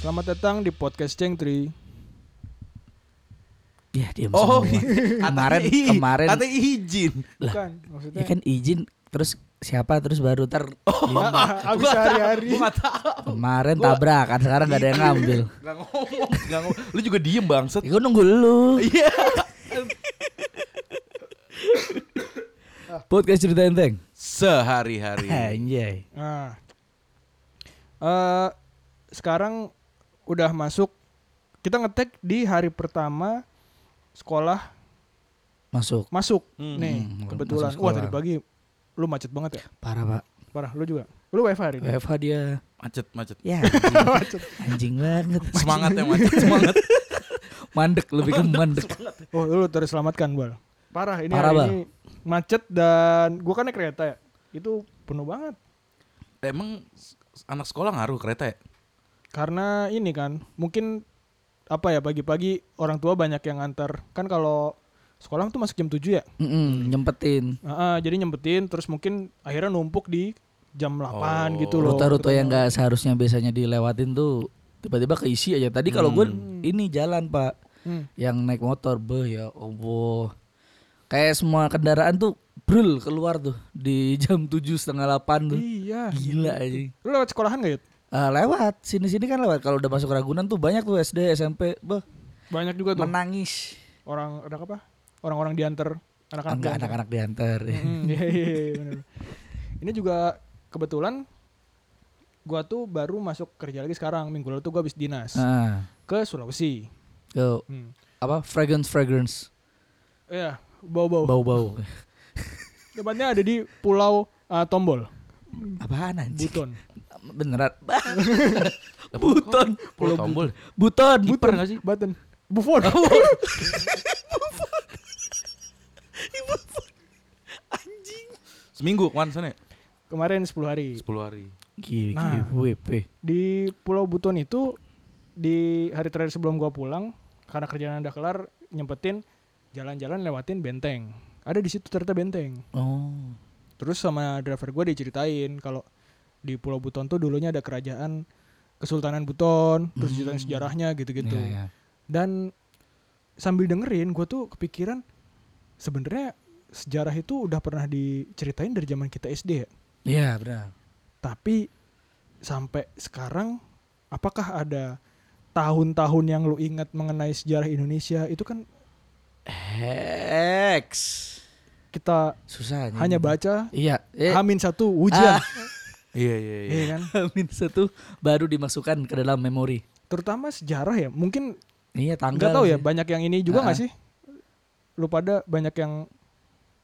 Selamat datang di podcast Ceng Tri. Ya diam Oh, semua. Kemarin- katanya i- kemarin- katanya izin. Lah. Bukan, Ya maksudnya. kan izin terus siapa terus baru ter Ah, ah, Abis hari-hari. Gua nggak tahu. kemarin Oh. Gua- tabrakan sekarang gak ada yang ngambil. Nggak ngomong, nggak ngomong. Lu juga diem bangset. Ya, gue nunggu lu. Iya. Podcast cerita enteng. Sehari-hari. Anjay. Nah. Eh, sekarang udah masuk kita ngetek di hari pertama sekolah Masuk. masuk Hmm. nih Hmm, kebetulan masuk wah sekolah. tadi pagi lu macet banget ya Parah, Pak. parah lu juga lu WFH hari ini WFH dia. Macet, macet. Ya. Anjing, anjing banget. Iya. Semangat yang macet, semangat. Mandek lebih ke mandek. oh lu terselamatkan bal parah ini Parah, hari Bal. ini macet dan gua kan naik kereta ya itu penuh banget Emang s- anak sekolah ngaruh kereta ya? karena ini kan mungkin apa ya pagi-pagi orang tua banyak yang antar kan kalau sekolah tuh masuk jam 7 ya Mm-mm, nyempetin. Ah, ah, jadi nyempetin terus mungkin akhirnya numpuk di jam 8 Oh. gitu loh Rute-rute yang gak seharusnya biasanya dilewatin tuh tiba-tiba keisi aja. Tadi kalau gue ini jalan, Pak. Hmm. Yang naik motor, beh ya Allah. Kayak semua kendaraan tuh brul keluar tuh di jam tujuh setengah delapan tuh. iya Gila anjing. lu lewat sekolahan gak Yud? Ah, lewat sini-sini kan lewat. Kalau udah masuk Ragunan tuh banyak tuh SD, SMP, beh banyak juga tuh menangis. Ah, orang anak apa orang-orang diantar anak-anak Enggak diantar. anak-anak diantar. Hmm, iya, iya, iya, bener. ini juga kebetulan gua tuh baru masuk kerja lagi sekarang minggu lalu tuh gua habis dinas Ah, ke Sulawesi tuh, hmm. apa fragrance fragrance ya bau-bau bau-bau. Tempatnya ada di Pulau uh, Tombol, Apaan anjing? Buton. Beneran. Buton. Pulau tombol. Buton. Buton nggak sih? Buton. Buffon. Seminggu kemarin sana ya? Kemarin 10 hari. 10 hari. Gila, Nah. WP. Di Pulau Buton itu di hari terakhir sebelum gua pulang karena kerjaan udah kelar nyempetin jalan-jalan lewatin benteng. Ada di situ ternyata benteng. Oh. Terus sama driver gua diceritain kalau di Pulau Buton tuh dulunya ada kerajaan Kesultanan Buton, terus ceritain sejarahnya gitu-gitu. Iya, iya. dan sambil dengerin gue tuh kepikiran sebenarnya sejarah itu udah pernah diceritain dari zaman kita SD ya Iya, benar. tapi sampai sekarang apakah ada tahun-tahun yang lu ingat mengenai sejarah Indonesia itu kan Hex. kita Susah anjing. hanya baca Iya, eh, Hamin satu hujan Ah. Iya, iya, iya kan Amin satu baru dimasukkan ke dalam memori. terutama sejarah ya mungkin Iya, tanggal. nggak tahu ya sih. banyak yang ini juga nggak Ah, ah. sih lu pada banyak yang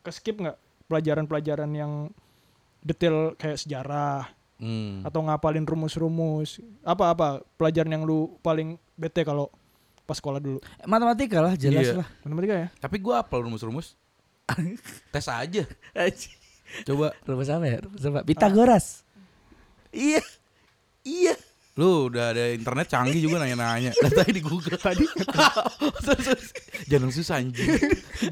keskip nggak pelajaran-pelajaran yang detail kayak sejarah Hmm. atau ngapalin rumus-rumus apa-apa pelajaran yang lu paling bete kalau pas sekolah dulu Matematika lah jelas Iya. lah. matematika ya Tapi gua apal rumus-rumus. Tes aja. Coba Rumus apa ya? Rumus Ah. apa? Pitagoras. Iya. Iya. Lu udah ada internet canggih juga nanya-nanya. Lah, Tadi di Google tadi. Sorry, sorry. Jangan susah anjing.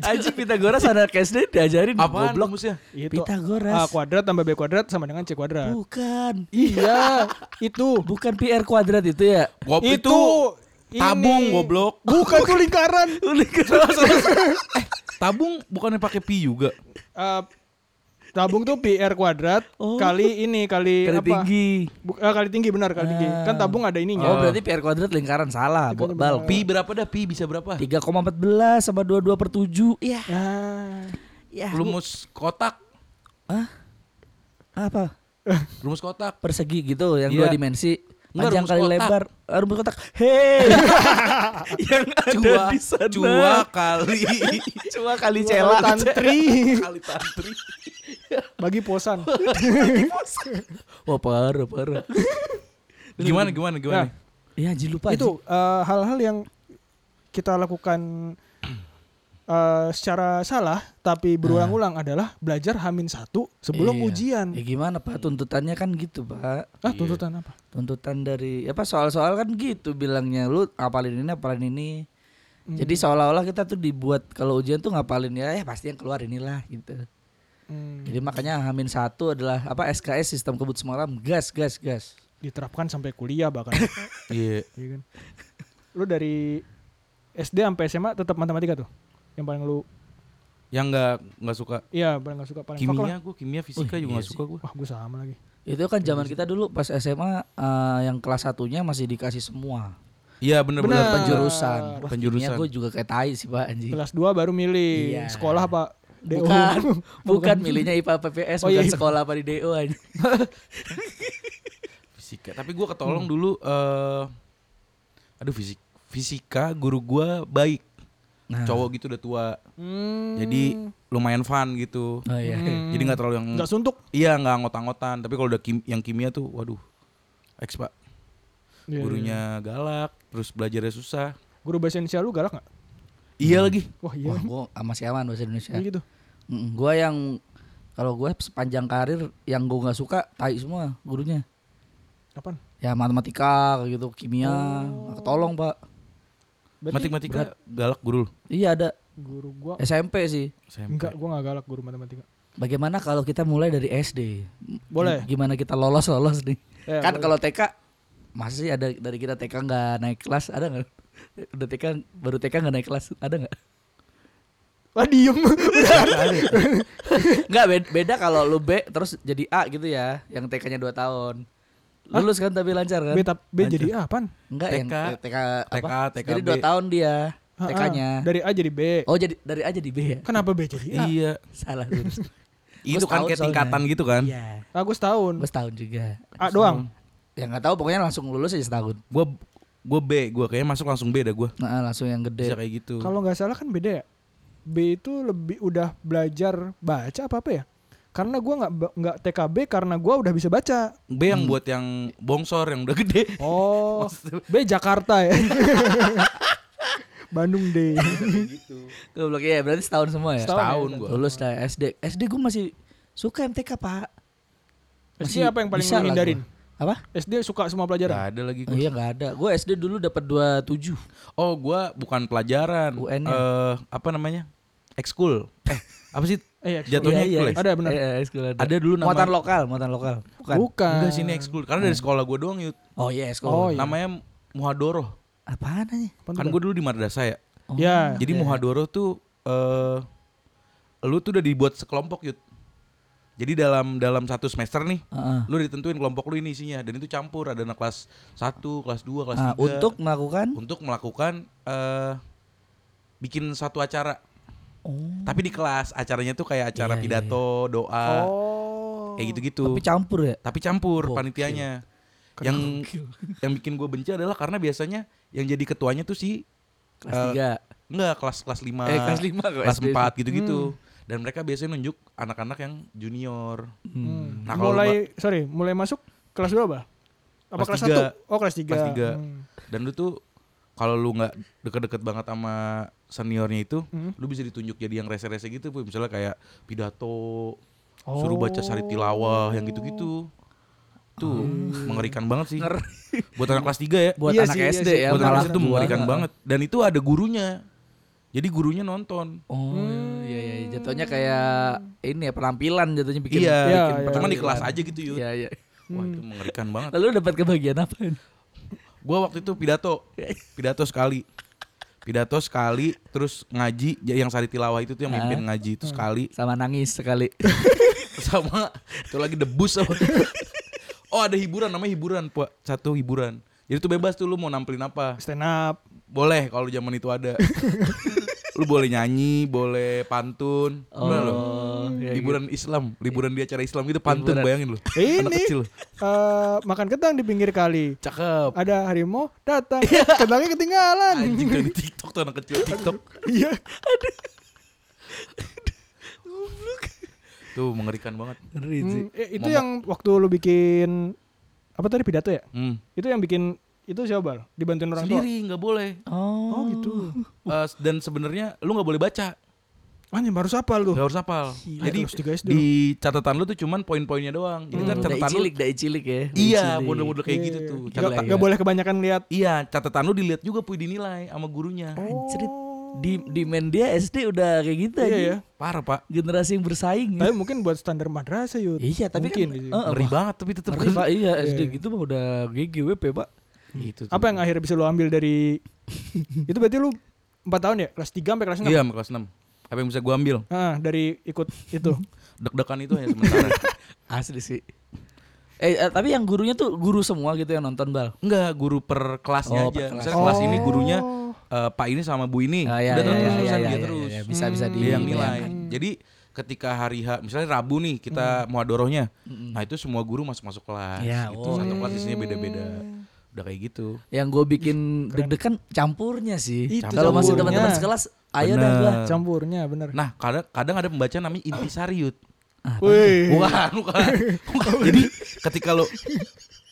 Anjing Pitagoras anak SD diajarin Apaan goblok. rumusnya? itu A Pitagoras. kuadrat tambah B kuadrat sama dengan C kuadrat Bukan. iya itu Bukan PR kuadrat itu ya. Kopi itu tuh ini. tabung goblok. bukan tuh lingkaran Tabung bukannya pakai pi juga. Eh, tabung tuh PR kuadrat Oh. kali ini kali, Kali apa tinggi. Bu- eh, kali tinggi benar kali tinggi kan tabung ada ininya Oh, berarti PR kuadrat lingkaran salah, Bo- Bal. Pi berapa dah? Pi bisa berapa? Iya. 3,14 sama 22 per 7 Iya Ah. Iya Rumus kotak. Hah? Apa? Rumus kotak. Persegi gitu Yang Iya. dua dimensi Enggak, Panjang rumus kali kotak. lebar Ah, Rumus kotak Hei Yang ada Dua, di sana dua kali. Cua kali Dua celak kali tantri kali tantri. bagi posan Wah parah parah Gimana gimana Nah, gimana? Iya anjing lupa itu eh, hal-hal yang kita lakukan eh, secara salah tapi berulang-ulang adalah belajar hamin satu sebelum Ah. Iya. ujian. anjing. Ya gimana Pak tuntutannya kan gitu Pak Ah tuntutan apa? tuntutan dari apa soal-soal kan gitu bilangnya lu ngapalin ini ngapalin ini jadi seolah-olah kita tuh dibuat kalau ujian tuh ngapalin ya, ya pasti yang keluar inilah gitu Hmm. jadi makanya hamin satu adalah apa SKS sistem kebut semalam gas gas gas diterapkan sampai kuliah bahkan Iya. Iya kan? Lu dari SD sampai SMA tetap matematika tuh. Yang paling lu Yang nggak nggak suka iya paling gak suka paling fuck lah. kimia gue, kimia Wih, fisika juga iya nggak suka gue. Wah, gue sama lagi. Itu kan zaman kita dulu pas SMA eh, yang kelas satunya masih dikasih semua Iya bener-bener. Bener. Penjuru- penjurusan. Ah. Wah, Penjurusan. Gue juga kayak tai sih pak anjing. Kelas 2 baru milih Iya. sekolah apa DO. Bukan, Iya, bukan milihnya IPA PPS, Oh, iya, bukan iya. sekolah apa di DO anjing. Fisika. Tapi gue Hmm. ketolong dulu. eh aduh fisik fisika guru gue baik. Ah. Nah. Cowok gitu udah tua. Hmm. Jadi lumayan fun gitu. Oh iya. Hmm. iya. Jadi nggak terlalu yang nggak suntuk. iya nggak ngotak-ngotan. Tapi kalau udah kim- yang kimia tuh, waduh, eks pak. Iya, iya. Hmm. Gurunya galak, terus belajarnya susah. guru bahasa Indonesia lu galak gak? Iya lagi. Wah, iya. Wah, gue masih aman bahasa Indonesia. Iya gitu. Mm, Gua yang kalau gue sepanjang karir yang gue nggak suka tai semua gurunya. Kapan? Ya matematika kayak gitu, kimia, Oh. nggak ketolong pak. Berarti Matematika galak guru lu. Iya ada guru gua SMP sih. SMP. enggak gua nggak galak guru matematika. Bagaimana kalau kita mulai dari SD? Boleh. Gim- Gimana kita lolos lolos nih? Eh, Iya. kan boleh. kalau TK masih ada dari kita TK nggak naik kelas ada nggak? Udah TK baru TK nggak naik kelas ada nggak? Wah, diem. Nggak beda, beda kalau lu B terus jadi A gitu ya, yang TK-nya 2 tahun. Lulus kan tapi lancar kan? B, tap- B jadi A apaan? Enggak yang TK, T- TK apa? TK, TK, jadi 2 tahun dia Ha-ha. TK-nya. Dari A jadi B. Oh jadi dari A jadi B ya? Kenapa B jadi A? Iya. Salah gue. setahun Itu kan kayak soalnya. tingkatan gitu kan. Iya. Aku setahun. Gue setahun juga. A doang. Ya nggak tahu pokoknya langsung lulus aja setahun. Gue gue B, gue kayaknya masuk langsung B dah gue. Nah, langsung yang Bisa gede. kayak gitu. Kalau nggak salah kan beda ya. B itu lebih udah belajar baca apa apa ya? Karena gua nggak ba- nggak TKB karena gua udah bisa baca. B yang buat yang bongsor yang udah gede. Oh, B Jakarta ya. Bandung D. Goblok ya, berarti setahun semua ya. Setahun ya, Setahun gua. Lulus lah SD. SD gue masih suka MTK, Pak. SD apa yang paling bisa lu lah hindarin? gua. Apa? SD suka semua pelajaran. Gak ada lagi Oh, gue. iya nggak ada. Gue SD dulu dapat 27. Oh, gue bukan pelajaran. UN Eh, ya? apa namanya? Ekskul. Eh, apa sih? Eh, ya, Iya, Jatuhnya iya, ekskul ya? eks- Ada, benar. iya, ekskul ada. Ada dulu nama- Muatan lokal, muatan lokal. Bukan. bukan. kan? Enggak sini ekskul. Karena dari sekolah gue doang yuk. Oh iya, ekskul. Oh, iya. Namanya Muhadoro. Apaan aja? Apaan Kan tuh, gue dulu di Madrasah ya. Oh. Ya. Jadi Muhadoro tuh eh lu tuh udah dibuat sekelompok yut. Jadi dalam dalam satu semester nih, Heeh. lu ditentuin kelompok lu ini isinya dan itu campur ada anak kelas 1, kelas 2, kelas Ah, 3 untuk melakukan untuk melakukan eh bikin satu acara. oh, Tapi di kelas acaranya tuh kayak Iya, acara iya, pidato, doa, Oh. kayak gitu. gitu-gitu. tapi Tapi, campur ya? campur Gokil. panitianya. Yang yang bikin gue benci adalah karena biasanya yang jadi ketuanya tuh si Kelas Eh, 3. Enggak, kelas kelas 5. Eh, kelas Hmm. lima kok, Kelas SD. 4 gitu-gitu. Dan mereka biasanya nunjuk anak-anak yang junior. Hmm. Nah, kalau mulai sorry, mulai masuk kelas berapa? Apa Kelas kelas, tiga. satu? Oh, kelas 3. Kelas tiga. Dan lu tuh kalau lu nggak deket-deket banget sama seniornya itu, Hmm. lu bisa ditunjuk jadi yang rese-rese gitu, Puy. misalnya kayak pidato, suruh baca Oh. sari tilawah, yang gitu-gitu. Tuh, mengerikan banget sih. Buat anak kelas 3 ya. Hmm. Buat Iya anak sih, iya SD sih. ya, Buat anak malah kelas itu gua. mengerikan banget. Dan itu ada gurunya. Jadi gurunya nonton. Oh, iya iya iya. jatuhnya kayak ini ya penampilan jatuhnya bikin. iya, Iya, bikin iya. Hmm. pertama di kelas penampilan. aja gitu, Yud. Iya iya. Wah, itu mengerikan banget. Lalu dapat kebagian apa? Gua waktu itu pidato, pidato sekali, pidato sekali, terus ngaji ya, yang sari tilawah itu tuh yang mimpin ngaji itu Hmm. sekali, Sama nangis sekali. sama itu lagi debus apa? oh ada hiburan, namanya hiburan, pak satu hiburan. Jadi tuh bebas tuh lu mau nampilin apa, Stand up. boleh kalau zaman itu ada. lu boleh nyanyi, boleh pantun, Bener lu? Oh, iya, iya. liburan Islam, liburan di acara Islam gitu pantun Hiburan. bayangin lu, anak Ini kecil, eh, makan ketang di pinggir kali. cakep. Ada harimau datang. Ketangnya ketinggalan. Iya. Anjing tuh di TikTok tuh anak kecil TikTok. Iya. Tuh mengerikan banget. Ngeri sih. Hmm, eh, itu yang waktu lu bikin apa tadi pidato ya? Hmm. Itu yang bikin itu siapa? Bal? Dibantuin orang tua. Sendiri nggak boleh. Oh, Oh gitu. Eh, dan sebenarnya lu nggak boleh baca. Anjing baru sapal lu. Gak harus hafal. Jadi Kelas tiga SD di catatan lu tuh cuman poin-poinnya doang. Jadi kan Dai catatan lu Hmm. cilik, dai cilik ya. Dai Iya, cilik. iya. model-model kayak gitu tuh. iya. Gak, Catatan, gak boleh kebanyakan lihat. Iya, catatan lu dilihat juga puy dinilai sama gurunya. Anjrit. Oh. di demand dia SD udah kayak gitu Iya aja. ya. Parah pak Generasi yang bersaing. ya. Tapi mungkin buat standar madrasah yuk. Iya, tapi mungkin. kan gitu. eh, Ngeri banget tapi tetep Ngeri, Pak. Iya, SD Iya. gitu mah udah GGWP, Pak. Gitu tuh. Apa yang akhirnya bisa lo ambil dari itu berarti lu 4 tahun ya kelas 3 sampai kelas 6. Iya sama kelas 6 Apa yang bisa gua ambil Ah, dari ikut itu. Deg-degan itu hanya sementara Asli sih. Eh, eh, tapi yang gurunya tuh guru semua gitu yang nonton, Bal. Enggak guru per kelasnya Oh, aja per kelas. Misalnya kelas ini gurunya eh, Pak ini sama Bu ini Ah, Udah terus iya, iya, terusan dia iya, terus iya, bisa bisa di Dia yang nilai Jadi ketika hari H Misalnya Rabu nih kita mau adorohnya Nah itu semua guru masuk-masuk kelas Hmm. Ya, Itu oh. satu kelas isinya beda-beda Udah kayak gitu Yang gue bikin deg-degan campurnya sih. Itu Kalau masih campurnya. teman-teman sekelas, ayo dah Bener. gua. Ah, Campurnya bener. Nah kadang, kadang ada pembaca namanya Intisariut Wih. Bukan, bukan. Bukan. Jadi ketika lo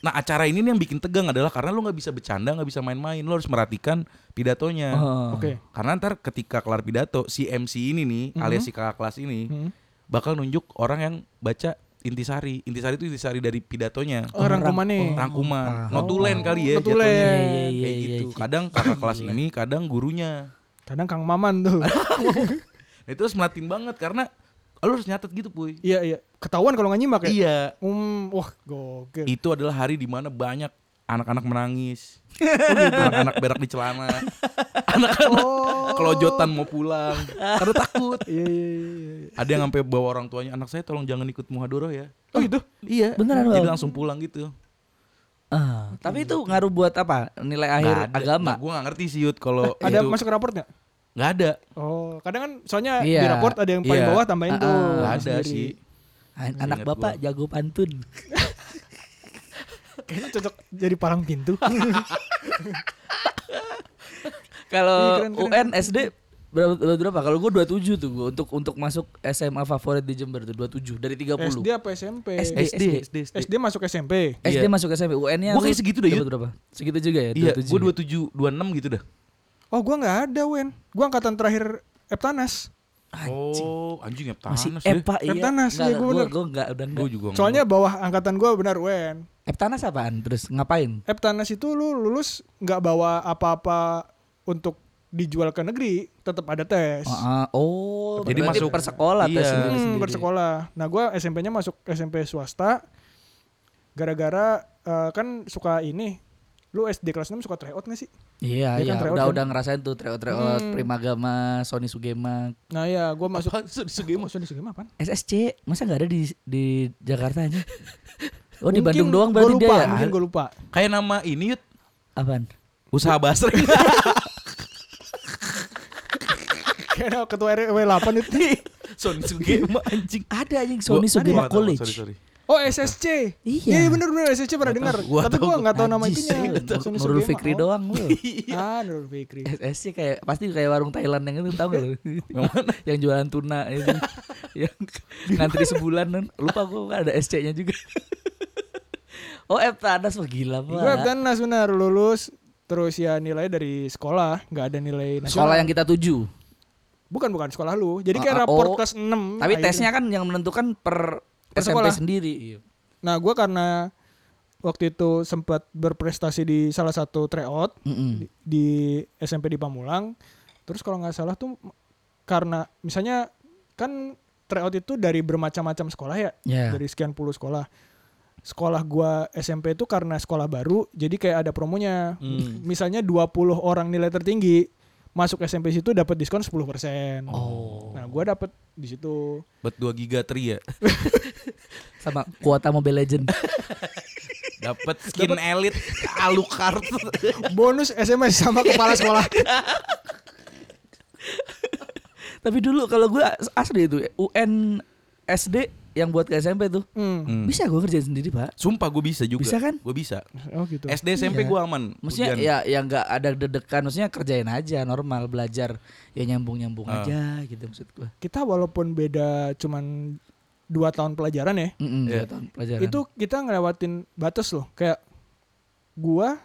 Nah acara ini nih yang bikin tegang adalah karena lo nggak bisa bercanda, nggak bisa main-main. Lo harus merhatikan pidatonya. Oh. Oke. Mm-hmm. Karena ntar ketika kelar pidato, si MC ini nih, alias si kakak kelas ini, Hmm. bakal nunjuk orang yang baca intisari. Intisari itu intisari dari pidatonya. Oh, rangkumannya. Rangkuman, notulen kali Oh, ya Notulen. jatuhnya. Iya, Ah. iya, iya, Kayak iya, gitu. iya. Kadang kakak kelas ini, kadang gurunya. Kadang Kang Maman tuh. Nah, itu harus melatin banget karena lo harus nyatet gitu, Puy. iya, iya. Ketahuan kalau nggak nyimak ya. Iya, Hmm, wah gokil. itu adalah hari di mana banyak anak-anak menangis anak-anak berak di celana anak-anak kelojotan mau pulang karena takut Iya, iya, iya, iya. ada yang sampai bawa orang tuanya anak saya tolong jangan ikut muhadoroh ya Oh itu? iya Beneran, jadi Bang? langsung pulang gitu Ah, tapi itu ngaruh buat apa? Nilai akhir agama. gue gak Nah, ngerti sih Yud kalau Eh, Ada itu masuk raport nggak? nggak ada Oh, kadang kan soalnya di Iya. raport ada yang paling Iya. bawah tambahin tuh. nggak ada Oh, sendiri. sih An- Anak Iya, Ingat bapak jago pantun. Kayaknya cocok jadi palang pintu. Iya, Kalau keren, keren. UN SD berapa berapa? Kalau gue 27 tuh gue untuk untuk masuk SMA favorit di Jember tuh 27 dari 30. SD apa SMP? SD. SD SD SD SD masuk SMP. SD masuk SMP, UN-nya Iya. Gua kayak segitu deh, Yud. berapa? Segitu juga ya, iya 27. gue dua tujuh dua enam gitu dah Oh, gua nggak ada, Wen. Gua angkatan terakhir Eptanas. oh anjing ya Masih panas deh Epa iya. Eptanas, iya, gua gue bener. gue enggak udah enggak. gue juga nggak- Soalnya bawah angkatan gua benar, Wen. Eptanas apaan? Terus ngapain? Eptanas itu lu lulus nggak bawa apa-apa untuk dijual ke negeri, tetap ada tes. Oh, ah, oh Jadi berarti masuk- per sekolah iya. tes Hmm, sendiri. bersekolah. Nah, gua SMP-nya masuk SMP swasta. Gara-gara eh, kan suka ini. Lu SD kelas 6 suka tryout gak sih? Iya, Dia kan iya, tryout udah kan? Hmm. udah ngerasain tuh tryout-tryout Primagama, Sony Sugema, Nah, ya gua masuk Apaan? Sugemo. Masuk di Sugema apaan? SSC masa nggak ada di di Jakarta aja? Oh di Mungkin Bandung doang gua berarti lupa, dia ya? Mungkin gue lupa. kayak nama ini Yud Apaan? usaha basreng Kayaknya ketua RW 8 itu. Son Sugema anjing Ada anjing Sony Gua- Sugema Gua nggak tahu, College. sorry, sorry. Oh, SSC. Iya. Iya, bener bener SSC pernah dengar. Gua Tapi tahu, gua enggak tahu nama Anjis, itunya. Nur- Sony Nurul Sugema, Fikri oh. doang Eh, lu. Iya. Ah, Nurul Fikri. SSC kayak pasti kayak warung Thailand yang itu tau gak lu? yang jualan tuna itu. yang ngantri sebulan kan. Lupa gua kan ada SC-nya juga. oh, Eptanas wah gila, Gue Pak. Eptanas benar kan, lulus terus ya nilai dari sekolah, nggak ada nilai Sekolah nasional. yang kita tuju. Bukan bukan sekolah lu. Jadi Ah, ah, kayak raport oh. kelas 6. Tapi tesnya kan yang menentukan per, Hmm, nah, Per SMP sekolah. sendiri. Iya. Nah, gua karena waktu itu sempat berprestasi di salah satu tryout di, Mm-mm. di SMP di Pamulang. Terus kalau nggak salah tuh karena misalnya kan tryout itu dari bermacam-macam sekolah ya, Ya. dari sekian puluh sekolah. Sekolah gua SMP itu karena sekolah baru, jadi kayak ada promonya. Misalnya 20 orang nilai tertinggi masuk SMP situ dapat diskon 10%. Oh. Nah, gua dapat di situ. Bet 2 giga tri ya. Sama kuota Mobile Legend. Dapat skin elit Alucard. Bonus SMS sama kepala sekolah. Tapi dulu kalau gua asli itu UN SD yang buat ke SMP tuh. Hmm. Hmm. Bisa gua kerjain sendiri, Pak. Sumpah gue bisa juga. Bisa kan? Iya. Gue bisa. Oh gitu. SD SMP gue aman. Maksudnya ya yang nggak ada dedekan, maksudnya kerjain aja normal belajar ya nyambung-nyambung Ah. aja gitu maksud gua. kita walaupun beda cuman dua tahun pelajaran ya, Mm Iya. tahun pelajaran. itu kita ngelewatin batas loh. Kayak gua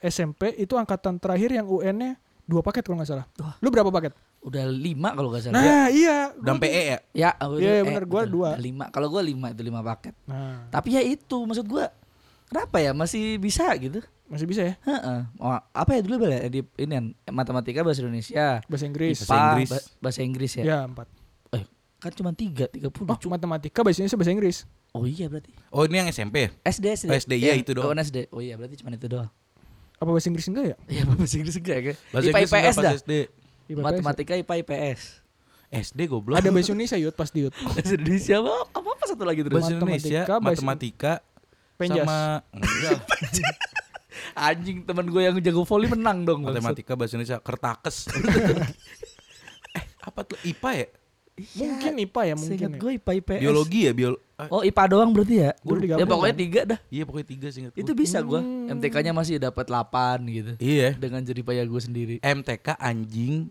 SMP itu angkatan terakhir yang UN-nya dua paket kalau nggak salah. Wah. Lu berapa paket? udah lima kalau gak salah. Nah, iya. dan Gua- PE ya. Ya, oh, Iya, eh, bener, gua betul. dua. Lima. Kalau gua lima itu lima paket. Nah, Tapi ya itu maksud gua Kenapa ya masih bisa gitu? Masih bisa ya? Heeh. Oh, apa ya dulu bela di ini kan, matematika bahasa Indonesia. Bahasa Inggris. Bahasa IPA, Inggris. ba- bahasa Inggris ya. Ya, empat. Eh, kan cuma 3, 30. Oh, matematika bahasa Indonesia bahasa Inggris. Oh iya berarti. Oh ini yang SMP ya? SD SD. Oh, SD, iya, itu doang. Oh, SD. Oh iya berarti cuma itu doang. Apa bahasa Inggris enggak ya? Iya bahasa Inggris enggak ya? Bahasa IPA Inggris IPS enggak pas dah. SD. IPA, Matematika IPA IPS. SD goblok. Ada bahasa Indonesia yut pasti yut. Bahasa Indonesia apa apa, apa satu lagi terus? bahasa Indonesia, Matematika, bahasa- matematika, Penjas. sama enggak, Anjing teman gue yang jago volley menang dong. bangsat. matematika bahasa Indonesia kertakes. eh, apa tuh IPA ya? Iya, Mungkin IPA ya mungkin. Seingat ya. gue IPA IPS. Biologi ya, biol. ah, Oh IPA doang berarti ya? Gua udah ya digabung, pokoknya kan. tiga dah. Iya pokoknya tiga singkat. Itu bisa gue. MTK-nya masih dapat 8 gitu. Iya. Dengan jeripaya gue sendiri. MTK anjing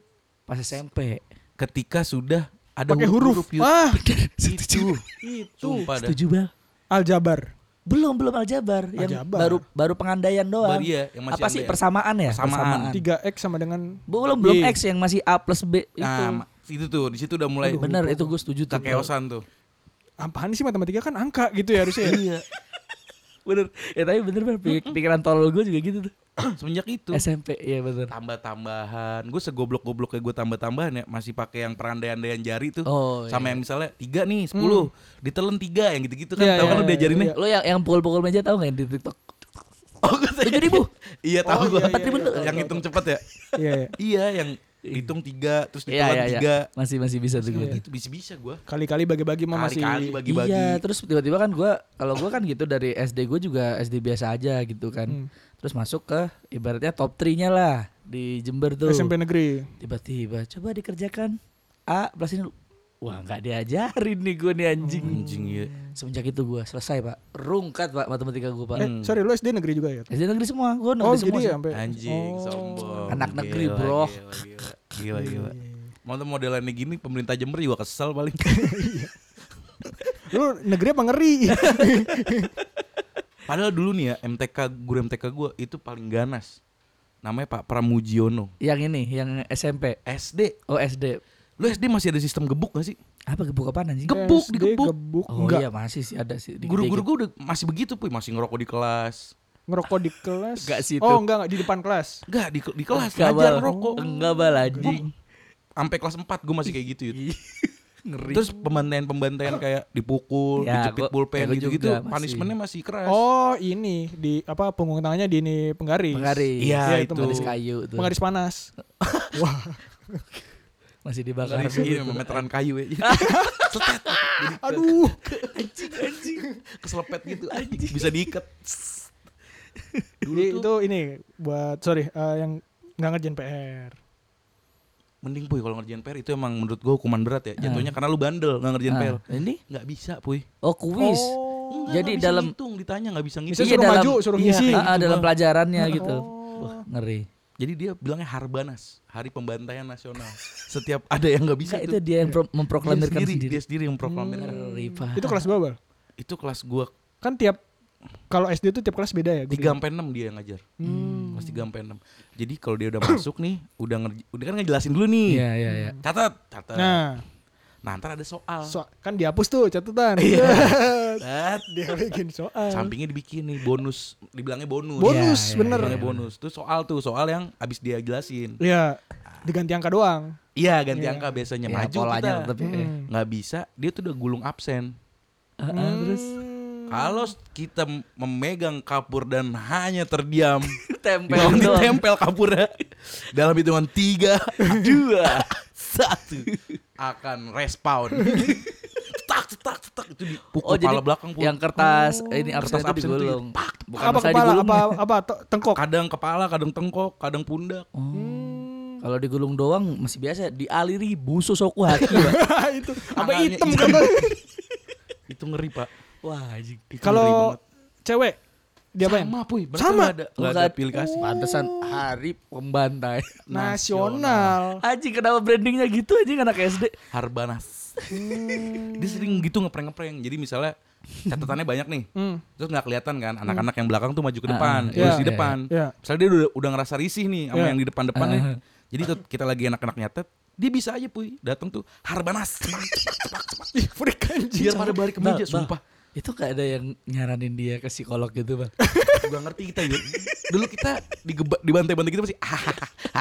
Pas SMP. ketika sudah ada Pakai huruf. Yud. Ah, Setuju. itu. Sumpah dah. Setuju bang. Aljabar. Belum belum aljabar. Yang Aljabar. baru baru pengandaian doang. Baru iya, yang masih Apa sih ambil. persamaan ya? Persamaan. 3x sama dengan Belum belum Y. X yang masih A plus B itu. Nah, Iya. ma- itu tuh di situ udah mulai Bener itu gue setuju tuh. keosan tuh. Apaan sih matematika kan angka gitu ya harusnya. ya? Iya. Bener. Ya tapi bener Bang. Pik- pikiran tolol gue juga gitu tuh. Semenjak itu SMP ya bener. tambah-tambahan. Gue segoblok-gobloknya gue tambah-tambahan ya, masih pakai yang perandaian-andaian jari tuh. Oh, Sama yang misalnya tiga nih, sepuluh, ditelen tiga yang gitu-gitu Hmm. kan. Iya, Tahu iya, kan lu iya, diajarinnya? iya. Lo yang yang pukul-pukul meja tahu nggak yang di TikTok? Oh, gue tanya. Tujuh ribu. Iya, tahu Oh, gue. iya, iya, iya, yang hitung cepet ya? Iya, iya. iya, yang hitung tiga, terus Iya ditelan iya iya. tiga. Masih masih bisa tuh gue. Itu bisa-bisa gue. Kali-kali bagi-bagi mah masih Kali-kali bagi-bagi. Iya, terus tiba-tiba kan gue kalau gue kan gitu dari SD gue juga SD biasa aja gitu kan. Hmm. Terus masuk ke ibaratnya top 3-nya lah di Jember tuh. SMP negeri. Tiba-tiba coba dikerjakan A plus ini wah nggak diajarin nih gue nih anjing. Anjing iya. Semenjak itu gue selesai pak, rungkat pak matematika gue pak. Eh, sorry lu SD negeri juga ya? SD negeri semua, gue negeri Oh, Eh, semua. jadi sih. ya sampai Anjing, Oh. sombong. Anak Gila, negeri, bro. Gila, gila. Gila, gila. Mau tuh modelannya gini, pemerintah Jember juga kesel paling. Lu negeri apa ngeri? Padahal dulu nih ya, MTK, guru MTK gue itu paling ganas. Namanya Pak Pramujiono. Yang ini, yang SMP, SD. oh SD, Lu SD masih ada sistem gebuk gak sih? apa gebuk apaan anjing? Gebuk, SD, digebuk. gebuk. Eh, Oh Enggak. iya masih sih ada sih. dikit-dikit. Guru-guru gue udah masih begitu, Puy. Masih ngerokok di kelas. Ngerokok di kelas. Enggak sih Oh, itu. enggak enggak di depan kelas. Enggak, di, di kelas. Enggak, Ngajar Bal. ngerokok. Enggak bal anjing. Iya. Sampai kelas 4 gue masih kayak gitu, Yud. Ngeri. Terus pembantaian-pembantaian kayak dipukul, Ya, dijepit gua- pulpen ya, gua gitu-gitu. juga masih. Punishmentnya masih keras. Oh, ini di apa punggung tangannya di ini penggaris. Penggaris. Iya, Iya, itu. itu Penggaris kayu tuh. Penggaris panas. Wah, Masih dibakar. Penggaris Gitu. gini, meteran Iya, kayu ya. Setet. Jadi aduh. Anjing anjing. keselepet gitu. Bisa diikat. Jadi itu ini buat sorry eh, yang nggak ngerjain PR. Mending Puy kalau ngerjain PR itu emang menurut gue hukuman berat ya. Jatuhnya karena lu bandel nggak ngerjain PR. Ah, ini Nggak bisa Puy. oh kuis. Oh. Enggak, Jadi nggak bisa dalam- ngitung, ditanya nggak bisa Bisa ngitung. Iya, suruh maju, suruh iya, ngisi ah, ah, gitu, dalam Bang. pelajarannya gitu. Oh. Wah, ngeri. Jadi dia bilangnya Harbanas, Hari Pembantaian Nasional. Setiap ada yang nggak bisa Enggak, itu, itu dia yang pro- Iya, dia memproklamirkan sendiri, sendiri. dia sendiri yang proklamirkan. Ngeri, Pak. Itu kelas berapa? Bal? Itu kelas gua Kan tiap kalau SD itu tiap kelas beda ya. Hmm. guru? 3 sampai 6 dia yang ngajar. Kelas 3 sampai 6. Jadi kalau dia udah masuk nih, udah ngerj udah kan ngejelasin dulu nih. Iya, iya, iya. Catat, catat. Nah, Nah, ntar ada soal. so- kan dihapus tuh catatan. Set. Dia bikin soal. Sampingnya dibikin nih bonus, dibilangnya bonus. Bonus Iya, iya, bener. Dibilangnya bonus. Tuh soal tuh, soal yang abis dia jelasin. Iya. Diganti angka doang. Iya, ganti angka biasanya Ya, maju polanya kita. tetap ya. Hmm. Nggak bisa, dia tuh udah gulung absen. Ah, ah, terus Kalau kita memegang kapur dan hanya terdiam tempel Memang doang. ditempel kapurnya Dalam hitungan tiga Dua Satu Akan respawn Cetak cetak cetak Itu dipukul Oh, jadi kepala belakang pun yang kertas ini absen itu Kertas absen tuh digulung. Bukan apa saya kepala digulung. apa apa to- tengkok. Kadang kepala Kadang tengkok Kadang pundak Oh. Kalau digulung doang masih biasa dialiri busu soku haki, Iya. Pak. itu apa Tangannya hitam hitam. kan Itu ngeri pak Wah, anjing. Itu ngeri kalau banget. cewek diapain Sama puy berarti Sama. nggak ada, nggak ada aplikasi Oh. Pantesan hari pembantai. nasional Aji kenapa brandingnya gitu anjing anak SD? Harbanas Hmm. Dia sering gitu ngeprank-ngeprank Jadi misalnya Catatannya banyak nih Hmm. Terus nggak kelihatan kan Anak-anak yang belakang tuh maju ke depan ah, Terus iya, di iya, depan iya. Misalnya dia udah, udah ngerasa risih nih Sama Iya. yang di depan-depan nih Ah. Jadi tuh kita lagi enak-enak nyatet Dia bisa aja puy Datang tuh Harbanas cepak, cepak, cepak, cepak. Freak anjing. Nah, Biar pada balik ke Bal, meja Bal. Sumpah Nah, Itu gak ada yang nyaranin dia ke psikolog gitu bang Gak ngerti kita Yud. Dulu kita digeba- dibantai-bantai gitu masih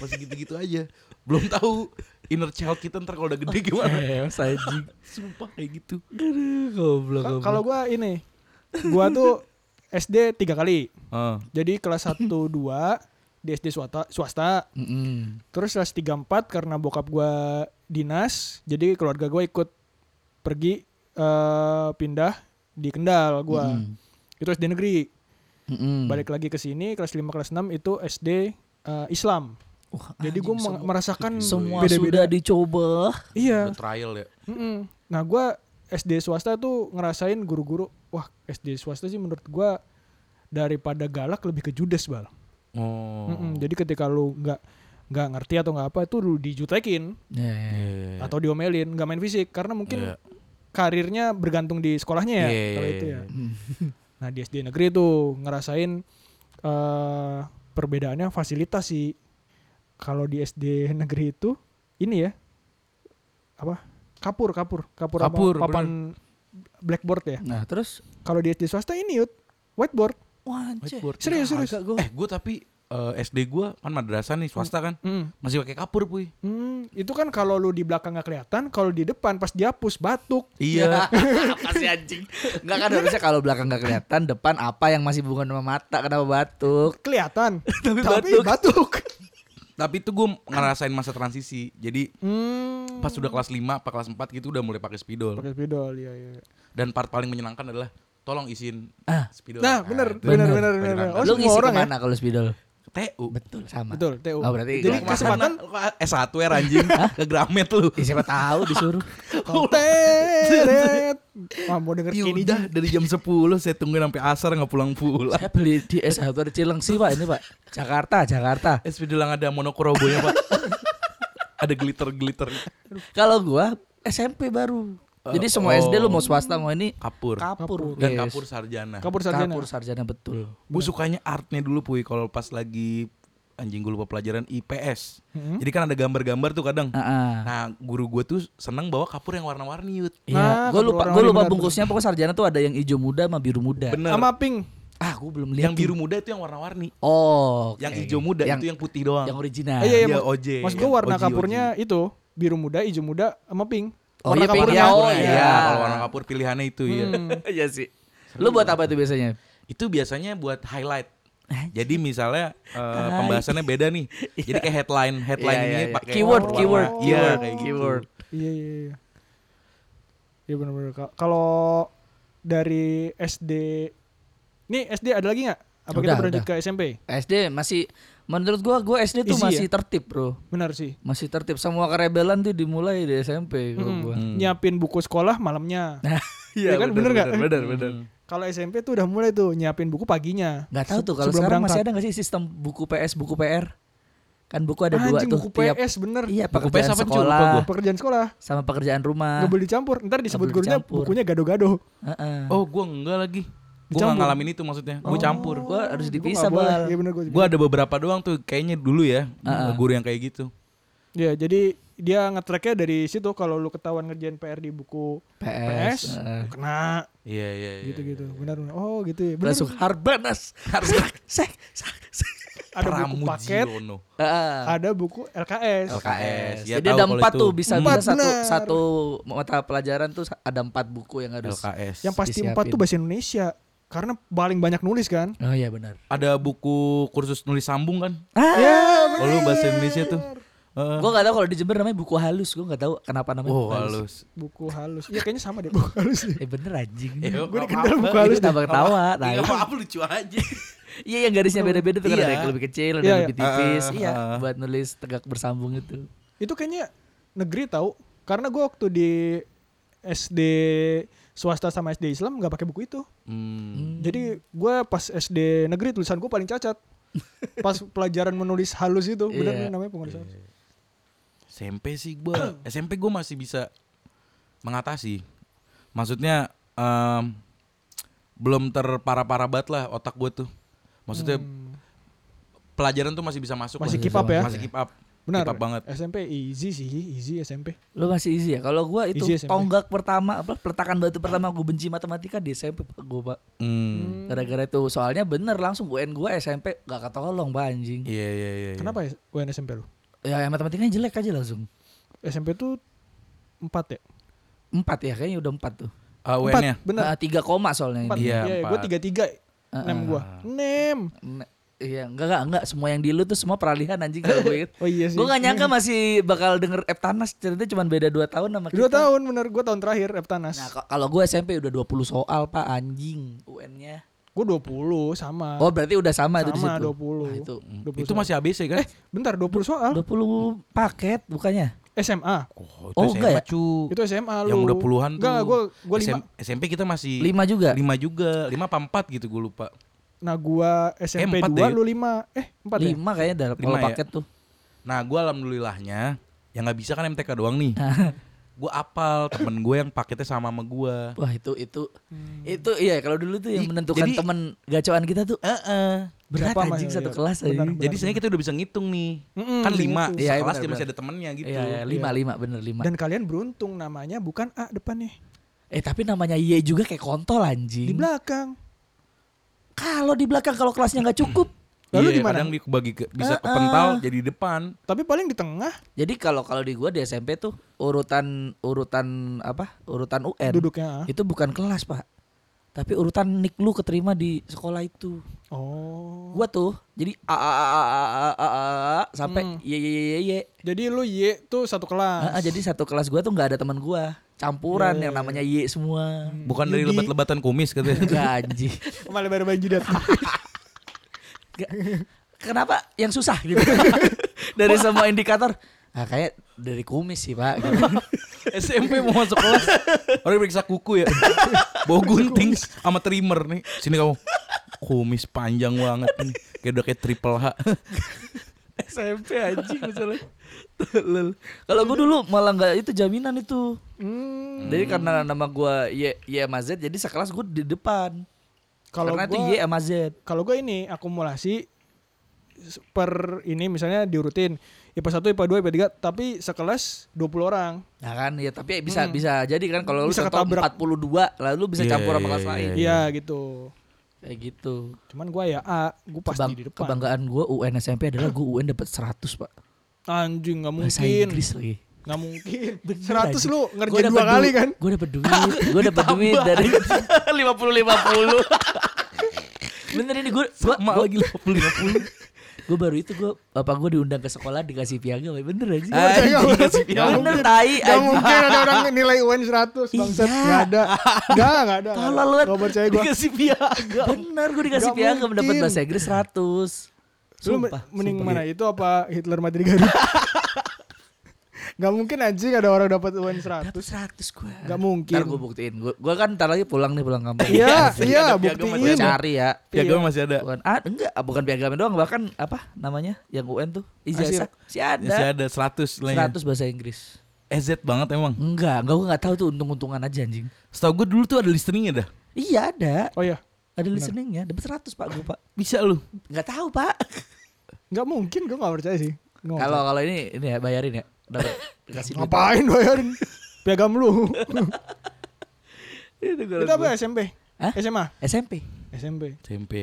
masih gitu-gitu aja. Belum tahu inner child kita ntar kalau udah Oh, gede gimana. iya. Eh mas anjing Sumpah kayak gitu. Aduh, Goblok Ka- goblok Kalau gua ini, gua tuh SD tiga kali. Ah, Jadi kelas 1 2 di SD swasta, swasta. Mm-mm. Terus kelas 3 4 karena bokap gua dinas, jadi keluarga gua ikut pergi eh, pindah di Kendal gua. Mm-mm. Itu SD negeri. Mm-mm. Balik lagi ke sini kelas 5 kelas 6 itu SD eh, Islam. Wah, Jadi gua anjing, meng- merasakan semua beda-beda. sudah dicoba Iya. udah trial ya. Mm-mm. Nah gua SD swasta tuh ngerasain guru-guru, wah SD swasta sih menurut gua daripada galak lebih ke judes bal. Oh. Mm-mm. Jadi ketika lu nggak nggak ngerti atau nggak apa itu lu dijutekin Ya, ya, ya. Iya. atau diomelin, nggak main fisik karena mungkin Iya. karirnya bergantung di sekolahnya ya Iya, kalau iya, itu ya. iya. Nah di SD negeri tuh ngerasain eh, perbedaannya fasilitas sih. Kalau di SD negeri itu ini ya apa kapur kapur kapur, sama Kapur, papan blackboard ya. Nah terus Kalau di SD swasta ini yud whiteboard. Wah anjir Whiteboard. Serius, serius. Agak gua. Eh, gue tapi eh, SD gue kan madrasah nih swasta kan. Mm. Masih pakai kapur, Puy. Hmm, itu kan kalau lu di belakang nggak kelihatan, kalau di depan pas dihapus batuk. Iya. apa sih anjing? Enggak kan harusnya kalau belakang nggak kelihatan, depan apa yang masih hubungan sama mata kenapa batuk? kelihatan Tapi batuk. tapi itu gue ngerasain masa transisi. Jadi hmm. pas udah kelas 5 apa kelas 4 gitu udah mulai pakai spidol. pakai spidol ya ya Dan part paling menyenangkan adalah tolong izin Ah. spidol. nah benar itu. benar Bener. benar benar oh semua Lu ngisi orang ya kemana kalau spidol? TU. Betul sama. betul TU Oh, berarti jadi gua- kesempatan Lu ke S1 ya anjing ke Gramet lu. Ya, siapa tahu disuruh. Teret. Wah, mau denger Ya ini udah dari jam 10 saya tungguin sampai asar nggak pulang-pulang. Saya beli di S1 ada Cilengsi Pak ini Pak. Jakarta, Jakarta. SP Delang ada monokrobonya Pak. ada glitter-glitter Kalau gua SMP baru. Jadi semua Oh. SD lu mau swasta mau ini kapur. kapur. Dan guys. kapur sarjana. kabur sarjana Kapur sarjana betul. Gue sukanya artnya dulu Puy kalau pas lagi anjing gue lupa pelajaran IPS. Jadi kan ada gambar-gambar tuh kadang. Heeh. Nah, guru gue tuh seneng bawa kapur yang warna-warni yut. ah. Iya, Nah, gua kapur lupa warna gua lupa benar. bungkusnya pokoknya sarjana tuh ada yang hijau muda sama biru muda. Bener. sama pink Ah, gua belum lihat. yang biru muda itu yang warna-warni. Oh, oke. Yang hijau muda yang, itu yang putih doang. yang original. Eh, iya, iya, Iya, mas- OJ. mas gue warna OJ. kapurnya itu biru muda hijau muda sama pink Oh, warna iya, pink. kapurnya Hmm. Iya, oh, Nah, iya. ya, kalau warna kapur pilihannya itu ya. Iya sih. Lu buat apa itu biasanya? Itu biasanya buat highlight. Jadi misalnya eh, pembahasannya beda nih. Jadi kayak headline, headline Iya, ini iya, iya. pakai keyword, warna. keyword, Iya, keyword, kayak gitu. keyword. iya iya iya iya benar-benar Ka- kalau dari SD nih SD ada lagi nggak apa kita Udah, berlanjut udah. ke SMP SD masih menurut gua gua SD tuh Easy masih tertib, Bro. benar sih Masih tertib. Semua kerebelan tuh dimulai di SMP Mm-mm. kalau Iya, gua. Hmm. nyiapin buku sekolah malamnya Nah, Iya kan, bener nggak? Hmm. Bener, bener. kalau SMP tuh udah mulai tuh nyiapin buku paginya Gak tahu Se- tuh kalau sebelum sekarang masih berangkat. ada gak sih sistem buku PS, buku PR? Kan buku ada dua anjing tuh buku tiap PS bener Iya, Buku pekerjaan PS apa tuh? Coba sekolah gua. pekerjaan sekolah sama pekerjaan rumah. nggak boleh dicampur ntar disebut boleh gurunya dicampur. bukunya gado-gado Heeh. Oh, gua enggak lagi. Gua Dicampur. nggak ngalamin itu maksudnya. Gua Oh. campur. Gua harus Gua nggak dipisah, boleh. Bal. Iya, bener, gua juga. Gua ada beberapa doang tuh kayaknya dulu ya, guru yang kayak gitu. Iya, jadi dia ngetracknya dari situ kalau lu ketahuan ngerjain PR di buku PS, PS, heeh. lu kena Iya, iya, iya. gitu-gitu. Benar benar. Oh, gitu ya. Benar. Langsung harbanas. Harus sek sek sek. Ada buku paket, Pramujiono. Heeh. ada buku LKS. LKS. Ya, Jadi tahu ada kalau empat itu. tuh bisa Empat, bisa satu benar. satu mata pelajaran tuh ada empat buku yang harus. LKS. Yang pasti empat disiapin. tuh bahasa Indonesia karena paling banyak nulis kan. Oh iya benar. Ada buku kursus nulis sambung kan? Ya, Oh, lu bahasa Indonesia tuh. Heeh. Gue gak Ah, tahu kalau di Jember namanya buku halus, gue gak tahu kenapa namanya. Wow, buku Oh, halus. buku Oh, halus. Iya, kayaknya sama deh buku halus deh. Eh bener anjing. Iya. Gue dikenal buku halus Ini deh. tambah ketawa. Nah, Gak itu- apa-apa lucu aja. Iya yang garisnya beda-beda tuh kan Iya. ada yang lebih kecil, Iya, ada yang iya. lebih tipis. Ah, Iya, ah. buat nulis tegak bersambung itu. Itu kayaknya negeri tahu karena gue waktu di SD swasta sama SD Islam nggak pakai buku itu. Hmm. Jadi gue pas SD negeri tulisan gue paling cacat. Pas pelajaran menulis halus itu, benar Iya. benar namanya pengurusan. halus. SMP sih gue, SMP gue masih bisa mengatasi. Maksudnya em, belum terparah-parah banget lah otak gue tuh. Maksudnya pelajaran tuh masih bisa masuk. Hmm. Masih lah. keep up ya? Masih keep up. Benar. Eh, Hip hop banget. SMP easy sih, easy SMP. Lu masih easy ya? Kalau gua itu Easy SMP. tonggak pertama apa peletakan batu pertama gua benci matematika di SMP Pak gua, Pak. Hmm. Gara-gara itu soalnya bener langsung UN gua SMP gak ketolong Pak anjing. Iya iya iya. iya. Kenapa ya UN SMP lu? Ya yang matematikanya jelek aja langsung. SMP tuh 4 ya? Empat ya kayaknya udah empat tuh. Ah, Empat, UN-nya. Benar. Ah, tiga koma soalnya Empat. ini. Iya, Iya, gue empat. tiga tiga. Nem gue. Nem. Ne- Iya, enggak enggak enggak semua yang di lu tuh semua peralihan anjing kalau gue inget. Oh iya sih. Gue gak nyangka masih bakal denger Eptanas ternyata cuma beda 2 tahun sama kita. Dua tahun bener gue tahun terakhir Eptanas. Nah, ka- kalau gue SMP udah 20 soal, Pak, anjing UN-nya. gue 20 sama. Oh, berarti udah sama, itu di Ah. sama situ. 20. Nah, itu 20 Itu soal. masih ABC kan? Eh, bentar 20 soal 20 paket bukannya? SMA. Oh, oh, enggak ya? cu. Itu SMA lu. Yang udah puluhan tuh. Enggak, gue gue lima. SM- SMP kita Iya. masih 5 juga. 5 juga. 5 apa 4 gitu gue lupa. Nah, gue SMP empat 2 ya? deh. lu 5. Eh, 4 ya? 5 kayaknya dalam Lima kalau ya? paket tuh. Nah, gue alhamdulillahnya yang nggak bisa kan MTK doang nih. gue apal temen gue yang paketnya sama sama gue. Wah, itu itu itu iya kalau dulu tuh yang Ih, menentukan jadi- temen gacoan kita tuh berat Berapa anjing Mas? satu Iya, kelas benar. Hmm, anjing. Jadi sebenarnya kita udah bisa ngitung nih. Mm-mm, kan bisa 5 ngitung. Iya, sekelas benar, dia masih benar. ada temennya gitu. Iya, iya, lima, lima, bener lima. Dan kalian beruntung namanya bukan A depannya. eh tapi namanya Y juga kayak kontol Di anjing. belakang. kalau di belakang kalau kelasnya nggak cukup. Lalu Iya, di mana? Kadang dia kebagi ke- bisa Eh, kepental eh. jadi depan. Tapi paling di tengah Jadi kalau kalau di gua di SMP tuh urutan urutan apa? Urutan UN. duduknya A. Itu bukan kelas, Pak. Tapi urutan nik lu keterima di sekolah itu. Oh. Gua tuh jadi a a a a a a, a, a, a, Hmm. sampai ye ye ye ye, ye. Jadi lu Y tuh satu kelas. Ah, ah, jadi satu kelas gua tuh nggak ada teman gua. Iya, Campuran Hmm. yang namanya ye semua. Bukan dari Yudi. lebat-lebatan kumis katanya. Enggak anjing. Malah baru baju dat. Nggak. Kenapa yang susah gitu. dari semua indikator. Ah kayak dari kumis sih, Pak. gitu. SMP mau masuk kelas Orang periksa kuku ya Bawa gunting sama trimmer nih Sini kamu Kumis panjang banget nih Kayak udah kayak triple H SMP anjing misalnya. Tolol. Kalau gue dulu malah nggak itu jaminan itu. Hmm. Jadi karena nama gua Y Y sama Z jadi sekelas gue di depan. Kalau karena itu gua- Y sama Z. Kalau gue ini akumulasi s- per ini misalnya diurutin IPA 1, IPA 2, IPA 3 tapi sekelas 20 orang. Nah kan ya tapi bisa bisa jadi kan kalau lu Hmm. Bisa contoh ketabrak. 42 lalu bisa Iya, campur sama iya, kelas iya, lain. Iya gitu. Kayak gitu. Cuman gue ya A, gue pasti Kebang- di depan. kebanggaan gua UN SMP adalah gua UN dapat 100, Pak. Anjing nggak Bahasa mungkin. Inggris eh. lagi. Nggak mungkin. Bener, 100 anjing. lu ngerjain dua kali kan? Gue dapet duit, gue dapet duit dari 50 50. Bener ini gue gua, Sama gua, lagi 50-50 gua baru itu gue apa gue diundang ke sekolah dikasih piagam eh. bener aja Anjing, Anjing, dikasih piagam. bener tai Gak anjing. mungkin ada orang nilai UN 100 bangsat. Iya. Gak ada. Gak, gak ada. nggak Tolol ada. lu Nggak percaya gue. Dikasih piagam bener gue dikasih Gak piagam dapet mungkin. bahasa Inggris 100 Lu men- Sumpah, mending sumpah. mana itu apa Hitler mati di Garut? Gak mungkin anjing ada orang dapat UN 100 Dapet 100 gue Gak mungkin. Ntar gue buktiin Gue gua kan ntar lagi pulang nih pulang kampung Iya, Asli, iya, ada buktiin. Iya. piagam masih Gue cari ya Piagam masih ada Bukan, ah enggak, ah, bukan piagamnya doang bahkan apa namanya yang UN tuh ijazah si Iya, Masih ada ada 100 lah ya 100 bahasa Inggris. EZ banget emang Enggak, enggak gue enggak tahu tuh untung-untungan aja anjing. Setau gue dulu tuh ada listeningnya dah Iya ada, Oh iya. ada listeningnya, dapat 100 pak gue pak. Bisa lu Enggak tahu pak. Gak mungkin gue gak percaya sih. Nggak Kalau kalau ini ini ya bayarin ya, dapat kasih duit. Ngapain bayarin? Piagam lu. Itu kalau Kita gua. apa SMP? Hah? SMA? SMP. SMP. SMP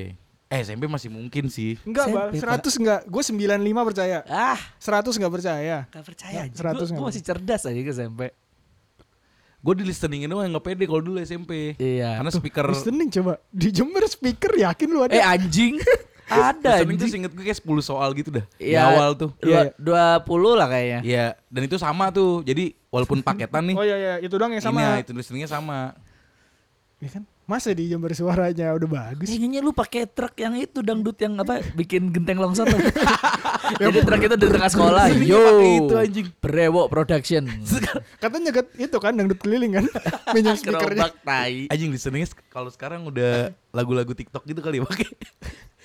Eh SMP masih mungkin sih Enggak, Bal. SMP, 100 enggak. Gue 95 percaya. Ah, 100 enggak percaya. enggak percaya anjing. 100 Gua- nggak Gua masih cerdas aja ke SMP. Gue di listeningin doang yang gak pede kalau dulu SMP Iya. Karena speaker Listening coba. Di Jember speaker yakin lu ada. ah, Eh anjing. ada Listening tuh anjing. seinget gue kayak 10 soal gitu dah Di Iya. awal tuh Dua, 20 lah kayaknya. Iya, dan itu sama tuh. Jadi walaupun paketan nih, oh iya iya, itu doang yang sama. Ini, ya, sama. itu listeningnya sama. Ya kan? Masa di Jember suaranya udah bagus. Kayaknya Eh, lu pakai truk yang itu dangdut yang apa bikin genteng longsor tuh. Jadi truk itu di tengah sekolah. Yo. Ya, pakai itu, anjing. Brewok Production. Katanya nyeget itu kan dangdut keliling kan. Minjem speakernya. Gerobak tai. Anjing listeningnya sek- kalau sekarang udah lagu-lagu TikTok gitu kali ya pakai.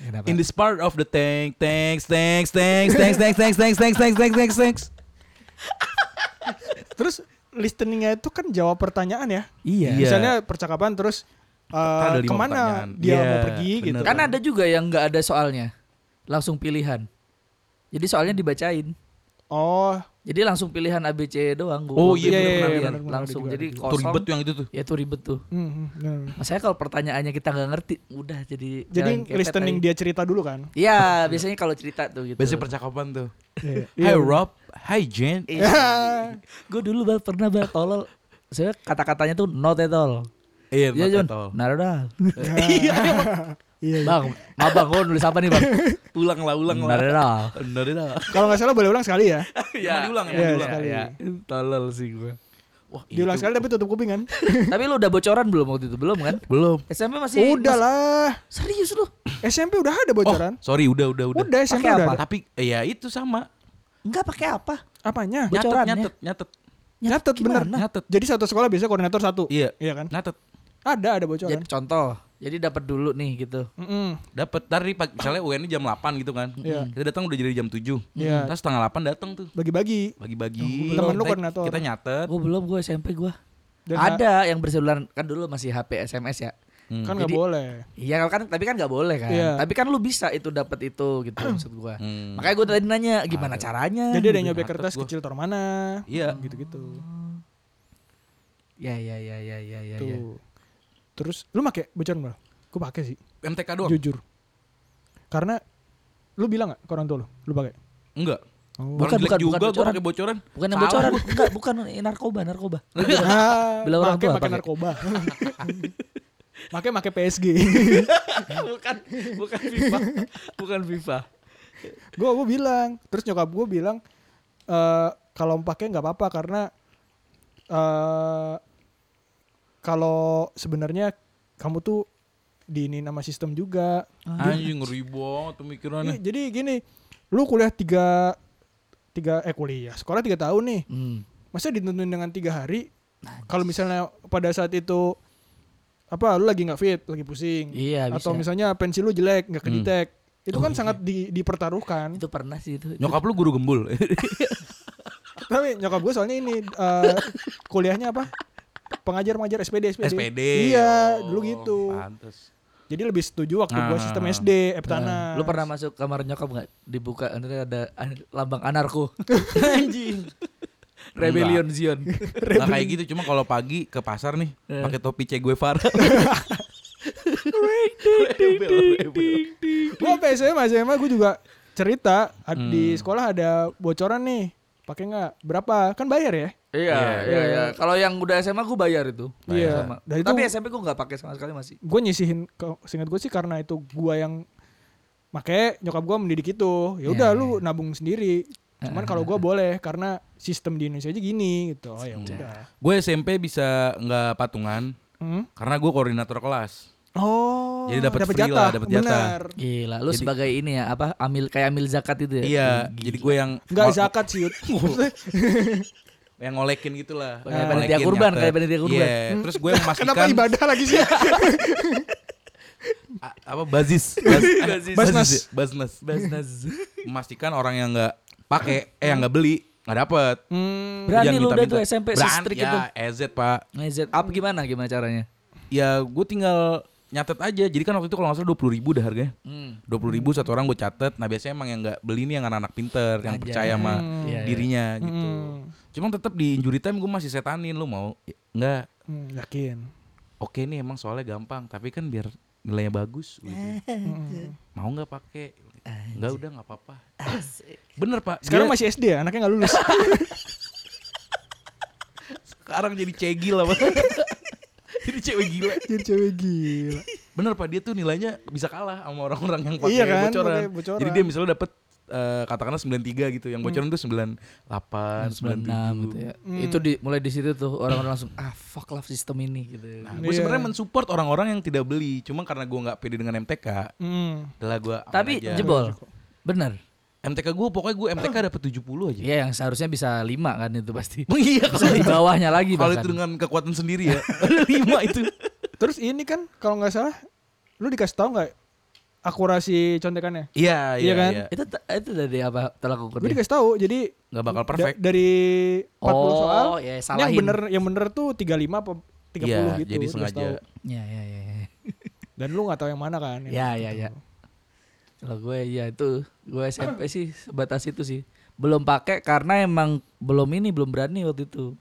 Kenapa? In this part of the tank, thanks, thanks, thanks, thanks, thanks, thanks, thanks, thanks, thanks, thanks, thanks, thanks. Terus listeningnya itu kan jawab pertanyaan ya. Iya. Iya. Misalnya percakapan terus eh, Ada lima kemana pertanyaan. dia Iya, mau pergi bener. gitu. Kan ada juga yang nggak ada soalnya. Langsung pilihan. Jadi soalnya dibacain. Oh, Jadi langsung pilihan ABC doang gua. Oh, gua iya, pilih iya, iya, pilihan. benar, benar, langsung. ada juga, Jadi ada juga. Tuh kosong. ribet tuh yang itu tuh. Ya itu ribet tuh. mm, mm, benar, benar. Mas saya kalau pertanyaannya kita nggak ngerti, udah jadi jadi jalan kepet listening aja. dia cerita dulu kan? Iya, biasanya kalau cerita tuh gitu. Biasanya percakapan tuh. Iya. Hi Rob, hi Jen. Iya. gue dulu bal pernah bal tolol. Saya kata-katanya tuh not at all. Iya, Iya John, not not at all. Eh, at all. Iya, iya. bang, maaf bang, gue nulis apa nih bang? Ulang lah, ulang not lah. at all. Benar dah. Kalau nggak salah boleh ulang sekali ya. Iya, diulang, Iya, emang diulang. sekali. Tolol sih gue. Wah, itu- Diulang sekali tapi tutup kuping kan? Tapi lu udah bocoran belum waktu itu? Belum kan? Belum. Oh, SMP masih Udah lah. mas- Serius lu? SMP udah ada Oh, bocoran. sorry, udah, udah, udah. udah SMP Pakai udah apa? ada. Tapi eh, ya itu sama. Enggak pakai apa? Apanya? Ya, Nyatet, Bocoran, nyatet, nyatet. Nyatet bener. Nah, gimana? Oh. Nyatet. Jadi satu sekolah biasanya koordinator satu. Iya, Iya kan? nyatet. Ada ada bocoran. Jadi Iya, contoh, jadi dapat dulu nih gitu. Mm-mm. Dapat dari pagi- misalnya UN jam 8 gitu kan. Iya. Kita datang udah jadi jam 7. Iya. Terus setengah 8 datang tuh. Bagi-bagi. Bagi-bagi. Temen lu Kita- koordinator. Kita nyatet. Gue Oh, belum, gue SMP gue. Dan Ada yang berseluruhan kan dulu masih HP SMS ya. Hmm. Kan nggak Jadi- boleh. Iya kan, tapi kan nggak boleh kan. Iya. Tapi kan lu bisa itu dapat itu gitu maksud gua. Hmm. Makanya gua tadi nanya gimana caranya. Jadi ada yang nyobek nyatet kertas gua. kecil tor mana? Iya. Gitu-gitu. Ya ya ya ya ya Iya, ya. ya. Tuh. Terus lu make bocoran bro? Gue pakai sih. MTK doang? Jujur. Karena lu bilang nggak ke orang tua lu? Lu pakai? Enggak. Oh. bukan, Bukan, bukan, bukan juga gue bocoran. pakai bocoran. Bukan yang Salah bocoran, gua. enggak, bukan narkoba, narkoba. Bila Bila orang orang tua pakai pakai. narkoba. Pakai pakai PSG. bukan bukan FIFA. Bukan FIFA. Gue gue bilang, terus nyokap gue bilang eh kalau pakai nggak apa-apa karena eh kalau sebenarnya kamu tuh diinin sama sistem juga. Anjing ngeri banget pemikirannya. Iya, Jadi gini, lu kuliah tiga tiga eh kuliah sekolah tiga tahun nih Hmm. masa ditentuin dengan tiga hari kalau misalnya pada saat itu apa lu lagi nggak fit lagi pusing Iya, bisa. atau misalnya pensil lu jelek nggak Hmm. kedetek itu Oh, kan iya. sangat di- dipertaruhkan Itu pernah sih itu. Nyokap lu guru gembul. tapi nyokap gue soalnya ini eh, kuliahnya apa pengajar pengajar SPD SPD, SPD. iya Oh, dulu gitu Pantes. jadi lebih setuju waktu gua Ah. sistem eh, SD Eptana Lu pernah masuk kamar nyokap nggak? Dibuka nanti ada an- lambang anarko. Anjing. Rebellion Zion. Nah kayak gitu cuma kalau pagi ke pasar nih Iya. Eh. pakai topi Che Guevara. gua apa SMA SMA gue juga cerita ad- di Hmm. sekolah ada bocoran nih pakai nggak berapa kan bayar ya Iya, iya, iya. Kalau yang udah SMA gua bayar Nah, itu. Iya. Sama. Dan itu- Tapi SMP gua nggak pakai sama sekali masih. gue nyisihin ke singkat gue sih karena itu gua yang make nyokap gua mendidik itu ya Iya, udah lu nabung sendiri cuman kalau gua boleh karena sistem di Indonesia aja gini gitu Iya. oh ya udah gue SMP bisa nggak patungan Hmm? karena gue koordinator kelas. oh Jadi dapat dapet free lah, dapat jatah. benar Gila, lu Jadi- sebagai ini ya apa amil kayak amil zakat itu ya? Iya, jadi gue yang nggak ngo- zakat sih Yud. Maksudnya, yang ngolekin gitu lah. Kayak Ngolekin, panitia kurban, nyatet. kayak panitia kurban. Hmm. Iya, terus gue yang memastikan kenapa ibadah lagi sih a- apa bazis, baz, Bazis. bazis, Baznas. ya, baznas. Basnas. Memastikan orang yang nggak pakai eh yang nggak beli nggak dapet. Hmm, Berani lu Jangan udah minta-minta. tuh SMP Berani, sestrik ya, itu. EZ pak. Ngezet up gimana gimana caranya? ya gue tinggal nyatet aja jadi kan waktu itu kalau nggak salah dua puluh ribu dah harganya Hmm. dua puluh ribu satu orang gue catet nah biasanya emang yang nggak beli nih yang anak-anak pinter yang Anjay. percaya sama Hmm. Iya, iya. dirinya gitu hmm, cuma tetap di injury time gue masih setanin lu mau Ya, nggak hmm, yakin oke nih emang soalnya gampang tapi kan biar nilainya bagus gitu. mau nggak pakai nggak udah nggak apa-apa bener pak sekarang Dia masih SD ya anaknya nggak lulus sekarang jadi cegil lah Pak. jadi cewek gila jadi cewek gila Bener pak dia tuh nilainya bisa kalah sama orang-orang yang pakai Iya kan, bocoran. pakai bocoran. Hmm. Jadi dia misalnya dapet eh, katakanlah 93 gitu, yang bocoran tuh 98, 96 gitu 97. ya. Itu di, Hmm. mulai di situ tuh orang-orang langsung ah fuck love sistem ini gitu. Nah, Iya. gue sebenarnya mensupport orang-orang yang tidak beli, cuma karena gue nggak pede dengan MTK, Hmm. adalah gue aman Tapi aja. jebol. Bener. MTK gue pokoknya gue MTK dapet 70 aja. Iya yang seharusnya bisa lima kan itu pasti. Emang iya Bisa kalau di bawahnya lagi kalau bahkan. itu dengan kekuatan sendiri ya. Ada 5 itu. terus ini kan kalau nggak salah lu dikasih tahu nggak akurasi contekannya Iya, iya, Iya kan? iya. Itu te- itu dari apa telah ukur gue dia? dikasih tahu jadi Nggak bakal da- perfect. dari 40 Oh, soal ya, ini yang salahin. bener yang bener tuh 35 apa 30 gitu Iya, jadi lu dikasih sengaja. tahu. Ya ya ya. ya. dan lu nggak tahu yang mana kan iya, Ya ya ya. Kalau gue ya itu gue SMP sih sebatas itu sih. belum pakai karena emang belum ini belum berani waktu itu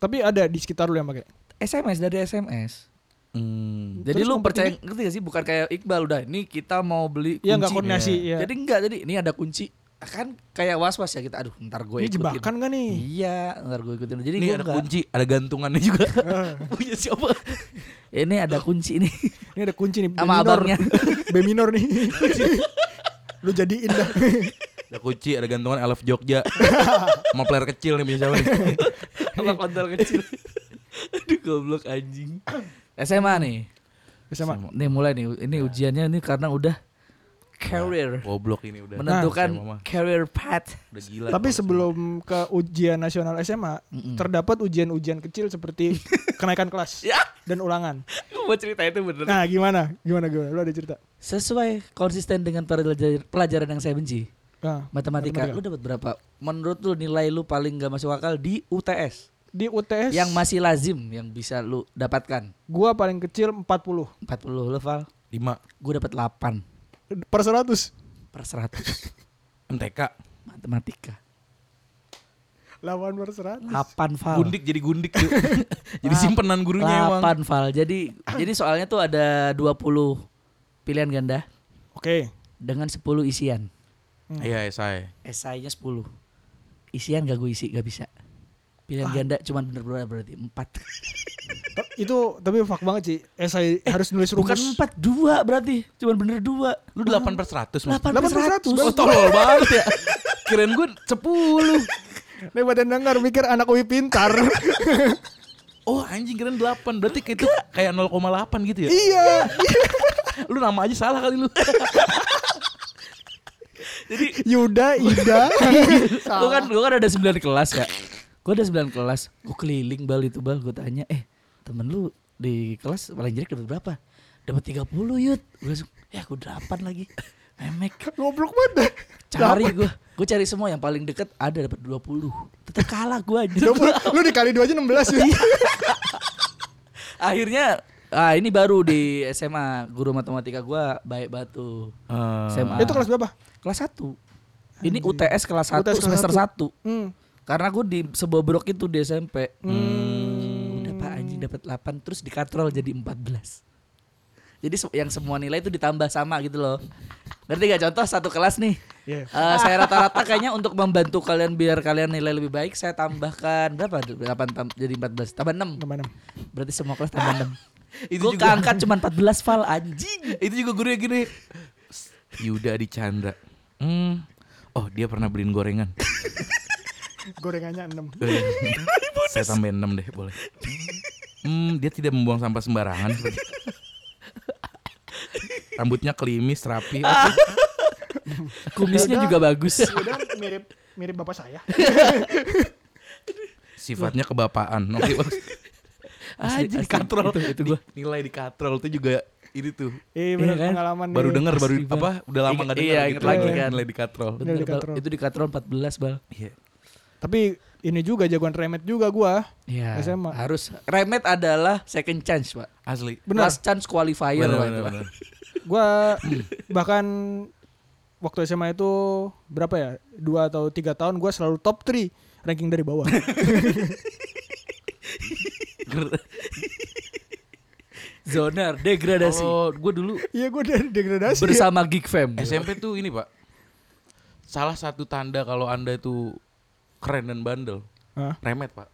Tapi ada di sekitar lu yang pakai. SMS dari SMS Hmm. jadi Terus lu percaya kompetitif? ngerti gak sih bukan kayak Iqbal udah ini kita mau beli kunci Iya nggak koordinasi. Iya. jadi enggak jadi ini ada kunci kan kayak was was ya kita aduh ntar gue Ini ikut jebakan gak nih? Iya, ntar gue ikutin. Jadi Ini gue ada nggak- kunci, ada gantungannya juga. punya siapa? ini ada kunci nih Ini ada kunci nih. B sama minor. abangnya. B minor nih. lu jadiin dah. ada kunci, ada gantungan I love Jogja. Sama player kecil nih punya siapa nih? sama kontol kecil. Aduh goblok anjing. SMA nih. Sama. Nih mulai nih. Ini ujiannya ini karena udah career Goblok ini udah. menentukan Saya Nah, mama. career path. Udah gila. Tapi sebelum ke ujian nasional SMA, terdapat ujian-ujian kecil seperti kenaikan kelas Ya, dan ulangan. gue mau cerita itu bener. Nah, gimana? Gimana gimana? Lu ada cerita? Sesuai konsisten dengan pelajar- pelajaran yang saya benci. Nah, Matematika, lu dapat berapa? Menurut lu nilai lu paling gak masuk akal di UTS di UTS yang masih lazim yang bisa lu dapatkan. gua paling kecil 40 40 level, 5 gue dapat 8 per 100. per 100 MTK. matematika. 8 per 100. 8 Ah. fal. Gundik jadi gundik tuh. jadi simpenan gurunya emang. 8 fal. Jadi jadi soalnya tuh ada 20 pilihan ganda Oke. dengan 10 isian. Iya, saya. Esainya 10. Isian gak gue isi, gak bisa. Pilihan ganda cuma bener bener berarti 4. Ta- Itu tapi fuck banget sih. Esai harus nulis Bukan rumus. 4, 2 berarti. Cuma bener 2. Lu 8 per 100 mas. 8 8 per per 100. 100. Oh tolol banget ya. Kirain gue 10. Nih badan dengar mikir anak UI pintar. Oh anjing keren 8 Berarti kayak itu kayak 0,8 gitu ya iya. Lu nama aja salah kali lu Yuda, Ida. Gue kan, gua kan ada 9 kelas ya Gue ada 9 kelas Gue keliling bal itu bal Gue tanya Eh temen lu di kelas paling jelek dapat berapa? Dapat 30 yut Gue langsung Ya gue 8 lagi Memek Goblok banget. Cari gue Gue cari semua yang paling deket Ada dapat 20 Tetep kalah gue aja Dapur, lu dikali 2 aja 16 ya. Iya. Akhirnya Ah ini baru di SMA Guru matematika gue baik batu Eh, SMA Eh. Itu kelas berapa? Kelas 1 Ini UTS kelas 1 UTS kelas semester satu. 1 Hmm. Karena gue di sebobrok itu di SMP. Udah Pak anjing dapat 8 terus dikatrol jadi 14. Jadi se- yang semua nilai itu ditambah sama gitu loh. Ngerti gak contoh satu kelas nih. Iya. Eh, saya rata-rata kayaknya untuk membantu kalian biar kalian nilai lebih baik saya tambahkan berapa? 8 tam- jadi 14. Tambah 6. Teman Berarti semua kelas tambah 6. Itu Gue juga. keangkat cuma 14 fal anjing. Itu juga gurunya gini Yuda di Chandra hmm. Oh dia pernah beliin gorengan Gorengannya 6. Saya tambahin 6 deh boleh hmm, Dia tidak membuang sampah sembarangan Rambutnya kelimis rapi Kumisnya juga bagus. Yuda mirip mirip bapak saya. Sifatnya kebapaan Oke bos Asli, asli. Anjing dikatrol Itu, itu gua. Nilai dikatrol itu juga Ini tuh Iya benar Iya kan? pengalaman. Baru nih. dengar baru Asli banget. apa Udah lama Iya, iya, gak dengar inget gitu. lagi kan. Nilai dikatrol Bener, Bal. dikatrol. Itu dikatrol 14 bal. Iya Tapi ini juga jagoan remet juga gua. Iya. SMA. Harus remet adalah second chance, Pak. Asli Benar. Last chance qualifier, Bener, Pak. bener, itu, Pak. bener. Gua bahkan waktu SMA itu berapa ya? Dua atau tiga tahun gua selalu top 3 ranking dari bawah. Zoner degradasi Kalau gue dulu Iya gua dari degradasi. bersama Geek Fam. SMP tuh ini pak Salah satu tanda kalau anda itu keren dan bandel Hah? Remet pak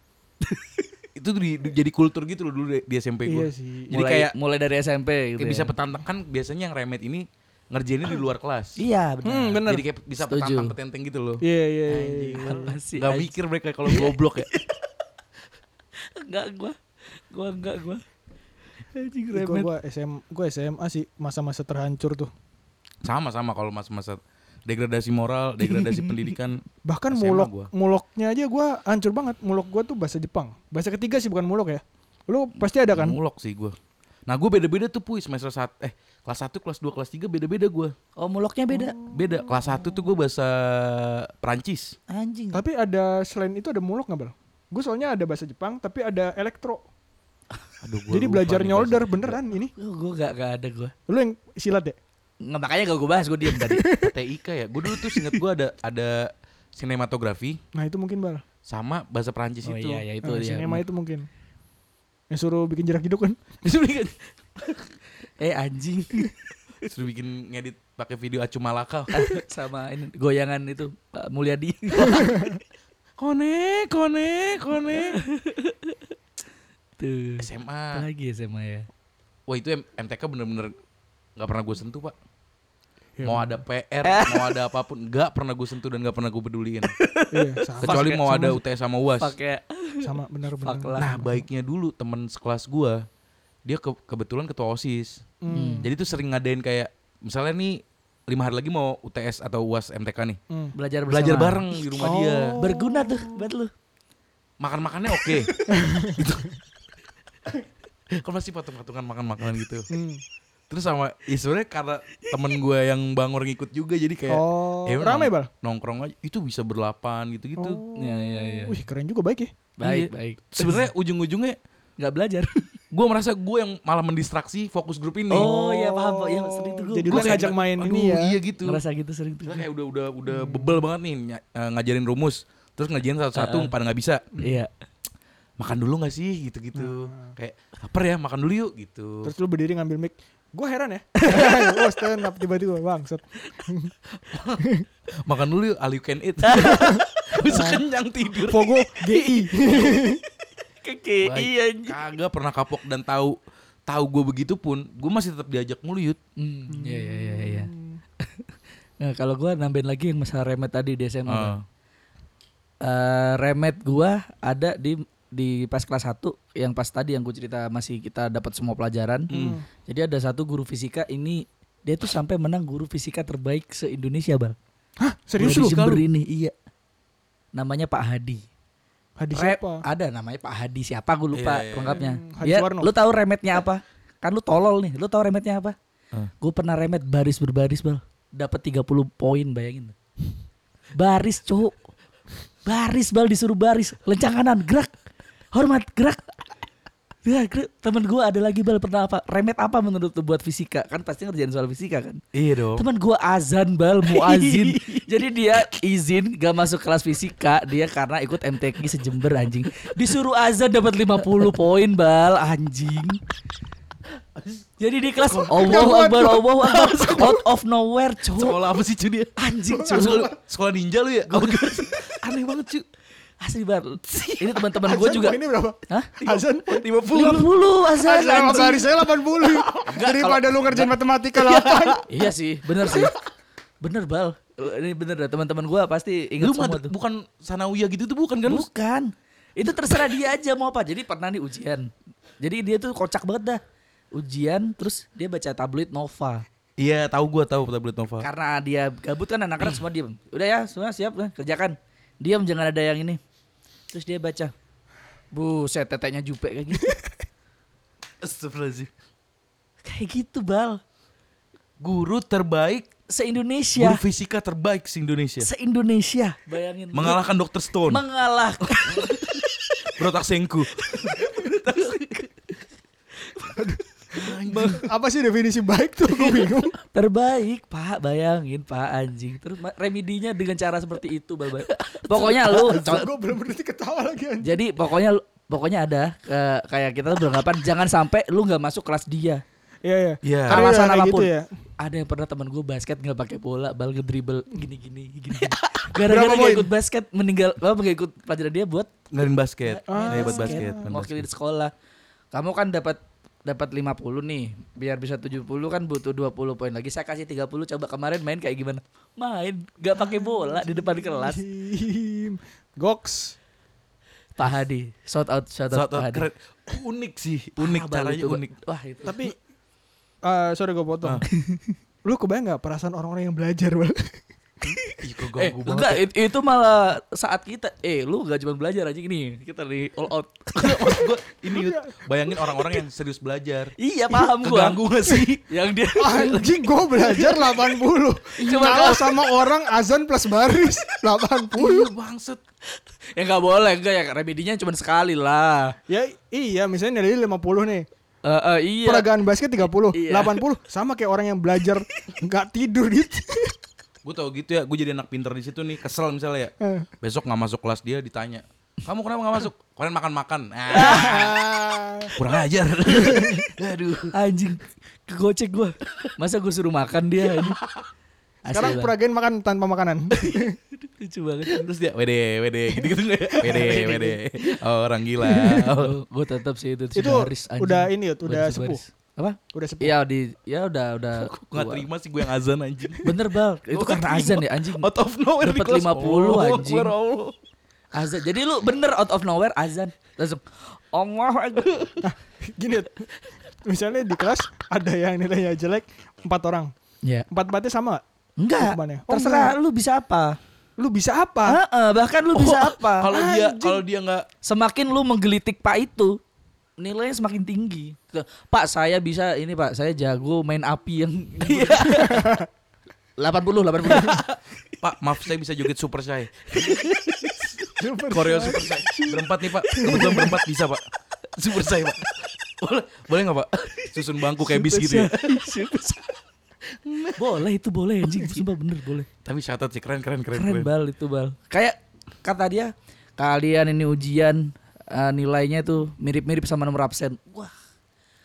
Itu di- di- jadi kultur gitu loh dulu di, di SMP gue Iya sih. Jadi mulai kayak, mulai dari SMP gitu. kayak ya. bisa petantang Kan biasanya yang remet ini ngerjainnya di luar kelas Nah, Iya, benar. Hmm, bener. Jadi kayak bisa Setuju. petantang petenteng gitu loh Iya iya iya, iya. Apa sih? Gak anjing? mikir mereka kalau goblok ya Enggak gua. Gua enggak gua. Anjing Ih, Gua remet. gua SM gua SMA sih masa-masa terhancur tuh. Sama-sama kalau mas-masa Degradasi moral, degradasi pendidikan Bahkan SMA mulok gua. muloknya aja gua hancur banget. Mulok gua tuh bahasa Jepang. Bahasa ketiga sih bukan mulok ya. Lu pasti ada kan? Mulok sih gue Nah gue beda-beda tuh puis semester saat Eh kelas 1, kelas 2, kelas 3 beda-beda gue Oh, muloknya beda. Beda, kelas 1 tuh gue bahasa Perancis Anjing. Tapi ada selain itu ada mulok nggak bal? Gue soalnya ada bahasa Jepang tapi ada elektro. Aduh, gua Jadi lupa belajar nih nyolder bahasa. ah. beneran ini. Oh, Gua gua enggak enggak ada gua. Lu yang silat ya? Nggak, makanya gak gua bahas, gua diem tadi. TIK ya, gue dulu tuh inget gue ada ada sinematografi Nah itu mungkin bal. sama bahasa Perancis Oh itu. iya, iya itu Nah, dia. Sinema itu mungkin. Yang suruh bikin jarak hidup kan? Disuruh bikin. eh anjing Suruh bikin ngedit pakai video acu malaka. sama ini goyangan itu Pak Mulyadi. Kone, kone, kone. Tuh. Gitu. Apa SMA. lagi SMA ya? Wah itu M- MTK bener-bener nggak pernah gue sentuh pak. Iya. Mau ada PR, mau ada apapun, nggak pernah gue sentuh dan nggak pernah gue peduliin. Iya sama Kecuali Pakai- mau ada sama- UTS sama UAS. Pakai sama benar-benar. Fuck lah. Nah baiknya dulu temen sekelas gue, dia ke- kebetulan ketua osis. Hmm. Jadi tuh sering ngadain kayak misalnya nih lima hari lagi mau UTS atau UAS MTK nih. Hmm. belajar bersama. Belajar bareng di rumah dia. Oh. Berguna tuh buat lu. Makan-makannya oke. Gitu. Kan pasti patung-patungan makan-makanan gitu. Hmm. Terus sama ya sebenarnya karena temen gue yang bangor ngikut juga jadi kayak Oh, ya udah ramai nong- bal. nongkrong aja itu bisa berlapan gitu-gitu. Oh. Ya ya ya. Wih keren juga baik ya. Baik, Iya. baik. Sebenarnya ujung-ujungnya Enggak belajar. gue merasa gue yang malah mendistraksi fokus grup ini. Oh, iya, paham, Pak. Iya, sering tuh gua- Jadi Gua lu kayak, ngajak main aduh, ini ya. Iya gitu. Ngerasa gitu sering tuh. Kita kayak udah udah udah bebel banget nih ny- eh, ngajarin rumus terus ngajarin satu-satu Heeh. pada nggak bisa Iya. makan dulu nggak sih gitu-gitu kayak lapar ya makan dulu yuk gitu Terus lu berdiri ngambil mic. Gue heran ya. oh stand up tiba-tiba bangsat. makan dulu yuk all you can eat bisa kenyang tidur Pogo GI. Keke iya, Baik. Iya, kagak pernah kapok dan tahu tahu gue begitu pun gue masih tetap diajak mulu yut Hmm, iya iya iya iya. Nah, kalau gua nambahin lagi yang masalah remet tadi di SMA. Bang. Ah. Eh, remet gua ada di di pas kelas 1 yang pas tadi yang gue cerita masih kita dapat semua pelajaran. Hmm. Jadi ada satu guru fisika ini dia tuh sampai menang guru fisika terbaik se-Indonesia, Bang. Hah serius lu? Guru di Jember ini, iya. Namanya Pak Hadi. Hadis Rep- siapa? Ada namanya Pak Hadi siapa gue lupa Iya, iya, iya. lengkapnya. Hmm, Hadi Dia, Suwarno. lu tahu remetnya apa? Kan lu tolol nih. Lu tahu remetnya apa? Eh. Gue pernah remet baris berbaris, Bal. Dapat 30 poin, bayangin. Baris, cuk. Baris, Bal disuruh baris, lencang kanan, gerak. Hormat, gerak. Ya, gerak. temen gue ada lagi bal pernah apa? Remet apa menurut lu buat fisika? Kan pasti ngerjain soal fisika kan? iya dong Teman gua azan bal muazin. Jadi dia izin gak masuk kelas fisika dia karena ikut MTQ sejember anjing. Disuruh azan dapat 50 poin bal anjing. Jadi di kelas Allahu Akbar Allahu Akbar out of nowhere cowok sekolah apa sih cuy dia anjing cowok. sekolah, sekolah ninja lu ya Aneh banget cuy. Asli bal. Ini teman-teman gua Azan juga. poinnya berapa? Hah? Azan poin 50 azan Azan anjing. sehari saya 80 Daripada lu ngerjain matematika 8 Iya sih, bener sih. Bener bal. Ini bener dah teman-teman gua pasti ingat lu semua mad- tuh. bukan sanawiyah gitu tuh bukan kan lu Bukan. Itu terserah dia aja mau apa. Jadi pernah nih ujian. Jadi dia tuh kocak banget dah. Ujian terus dia baca tabloid Nova. iya tahu gue tahu tablet Nova Karena dia gabut kan anak-anak semua diem. Udah ya semua siap lah, kerjakan. Diam jangan ada yang ini. Terus dia baca. Buset teteknya jupe kayak gitu. Astagfirullahaladzim. kayak gitu bal. guru terbaik Se-Indonesia. guru fisika terbaik se Indonesia Se-Indonesia. Bayangin. mengalahkan Dr. Stone Mengalahkan. Bro Taksengku Apa sih definisi baik tuh Iya. gue bingung terbaik pak bayangin pak anjing terus ma- remedinya dengan cara seperti itu Bal. Bay- pokoknya lu co- Gue belum berhenti ketawa lagi anjing jadi pokoknya lu- pokoknya ada ke- kayak kita tuh beranggapan jangan sampai lu nggak masuk kelas dia Iya iya Iya. Karena alasan udah kayak apapun gitu ya. ada yang pernah teman gue basket nggak pakai bola bal ngedribel gini gini gini Berapa gara-gara nggak poin? ikut basket meninggal apa nggak ikut pelajaran dia buat ngarin basket Ah. hebat Iya, basket main waktu basket. di sekolah kamu kan dapat dapat 50 nih biar bisa 70 kan butuh 20 poin lagi saya kasih 30 coba kemarin main kayak gimana main nggak pakai bola di depan kelas Anjing. Goks Pak Hadi shout out shout out, Suatu- Pak Hadi keren. unik sih unik Ah, baru caranya itu, Bang. unik wah itu Tapi eh Sorry gue Ah. potong Lu kebayang gak perasaan orang-orang yang belajar Bal? Ih, kok Eh, ganggu banget. enggak, it- itu malah saat kita eh lu gak cuma belajar aja gini kita di all out Maksud Oh, gua, ini Yud, bayangin orang-orang yang serius belajar iya paham gua keganggu gak sih yang dia Anjing gue belajar 80 Cuma Kalah sama orang azan plus baris 80 Iya, bangset ya nggak boleh enggak ya remedinya cuma sekali lah Ya iya misalnya nilai 50 nih Eh, eh, iya Peragaan basket 30 Iya. 80 Sama kayak orang yang belajar nggak tidur gitu Gue tau gitu ya, gue jadi anak pinter di situ nih, kesel misalnya ya. Eh. Besok nggak masuk kelas dia ditanya, kamu kenapa nggak masuk? Kalian makan-makan. Ah, Ah. kurang ajar. Aduh, anjing. Kegocek gua. Masa gua suruh makan dia anjing. Asli Sekarang banget. peragain makan tanpa makanan. lucu banget. Terus dia, wede, wede, gitu-gitu nggak ya? Wede, wede, orang gila. Oh, gua tetap sih itu Itu sebaris, anjing. udah ini, Yud, udah Baris, sepuh. baris. Apa? Udah sepuh. Ya di ya udah udah. Gue nggak terima sih gue yang azan anjing. Bener bal, itu Gua karena nggak azan terima. ya anjing. Out of nowhere di Dapat kelas. 50 Allah, anjing. Akbar, Allah. Azan. Jadi lu bener out of nowhere azan. Langsung Allah Akbar. Gini, Yud. misalnya di kelas ada yang nilainya jelek empat orang. Ya. Empat empatnya sama. nggak? Enggak. Ah. Hukumannya. Oh, Terserah lu bisa apa. Lu bisa apa? Heeh, bahkan lu bisa apa. Kalau dia Anjing. kalau dia nggak semakin lu menggelitik pak itu nilainya semakin tinggi Ke- pak saya bisa ini pak saya jago main api yang 80 80 Pak, maaf saya bisa joget super saya. Super Koreo Sai. super saya. Berempat nih, Pak. Kebetulan berempat bisa, Pak. Super saya, Pak. Boleh, boleh nggak, Pak? Susun bangku kayak bis gitu ya. boleh itu boleh anjing sumpah bener boleh Tapi syatat sih keren keren keren. keren keren. bal itu bal kayak kata dia kalian ini ujian eh, nilainya tuh mirip-mirip sama nomor absen wah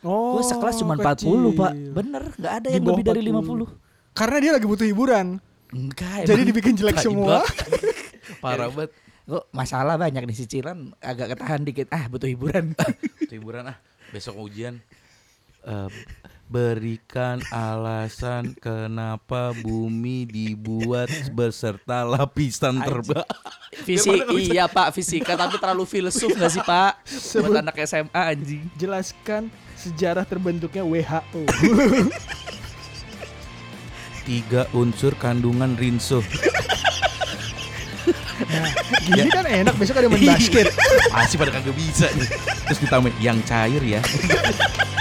Oh, gue sekelas cuma kecil. 40 pak bener nggak ada Di yang bawah lebih dari 40. 50 Karena dia lagi butuh hiburan. enggak Jadi emang. dibikin jelek Tai semua. banget. Parah banget. Kok masalah banyak di cicilan agak ketahan dikit ah butuh hiburan. Itu Hiburan ah. Besok ujian. Eh, berikan alasan kenapa bumi dibuat beserta lapisan terbang. Visi iya Pak fisika tapi terlalu filsuf gak sih Pak? Buat anak SMA anjing. Jelaskan sejarah terbentuknya WHO. Tiga unsur kandungan rinso. Iya. Gini kan enak besok ada main basket. Masih pada kagak bisa nih. Terus ditambah yang cair ya.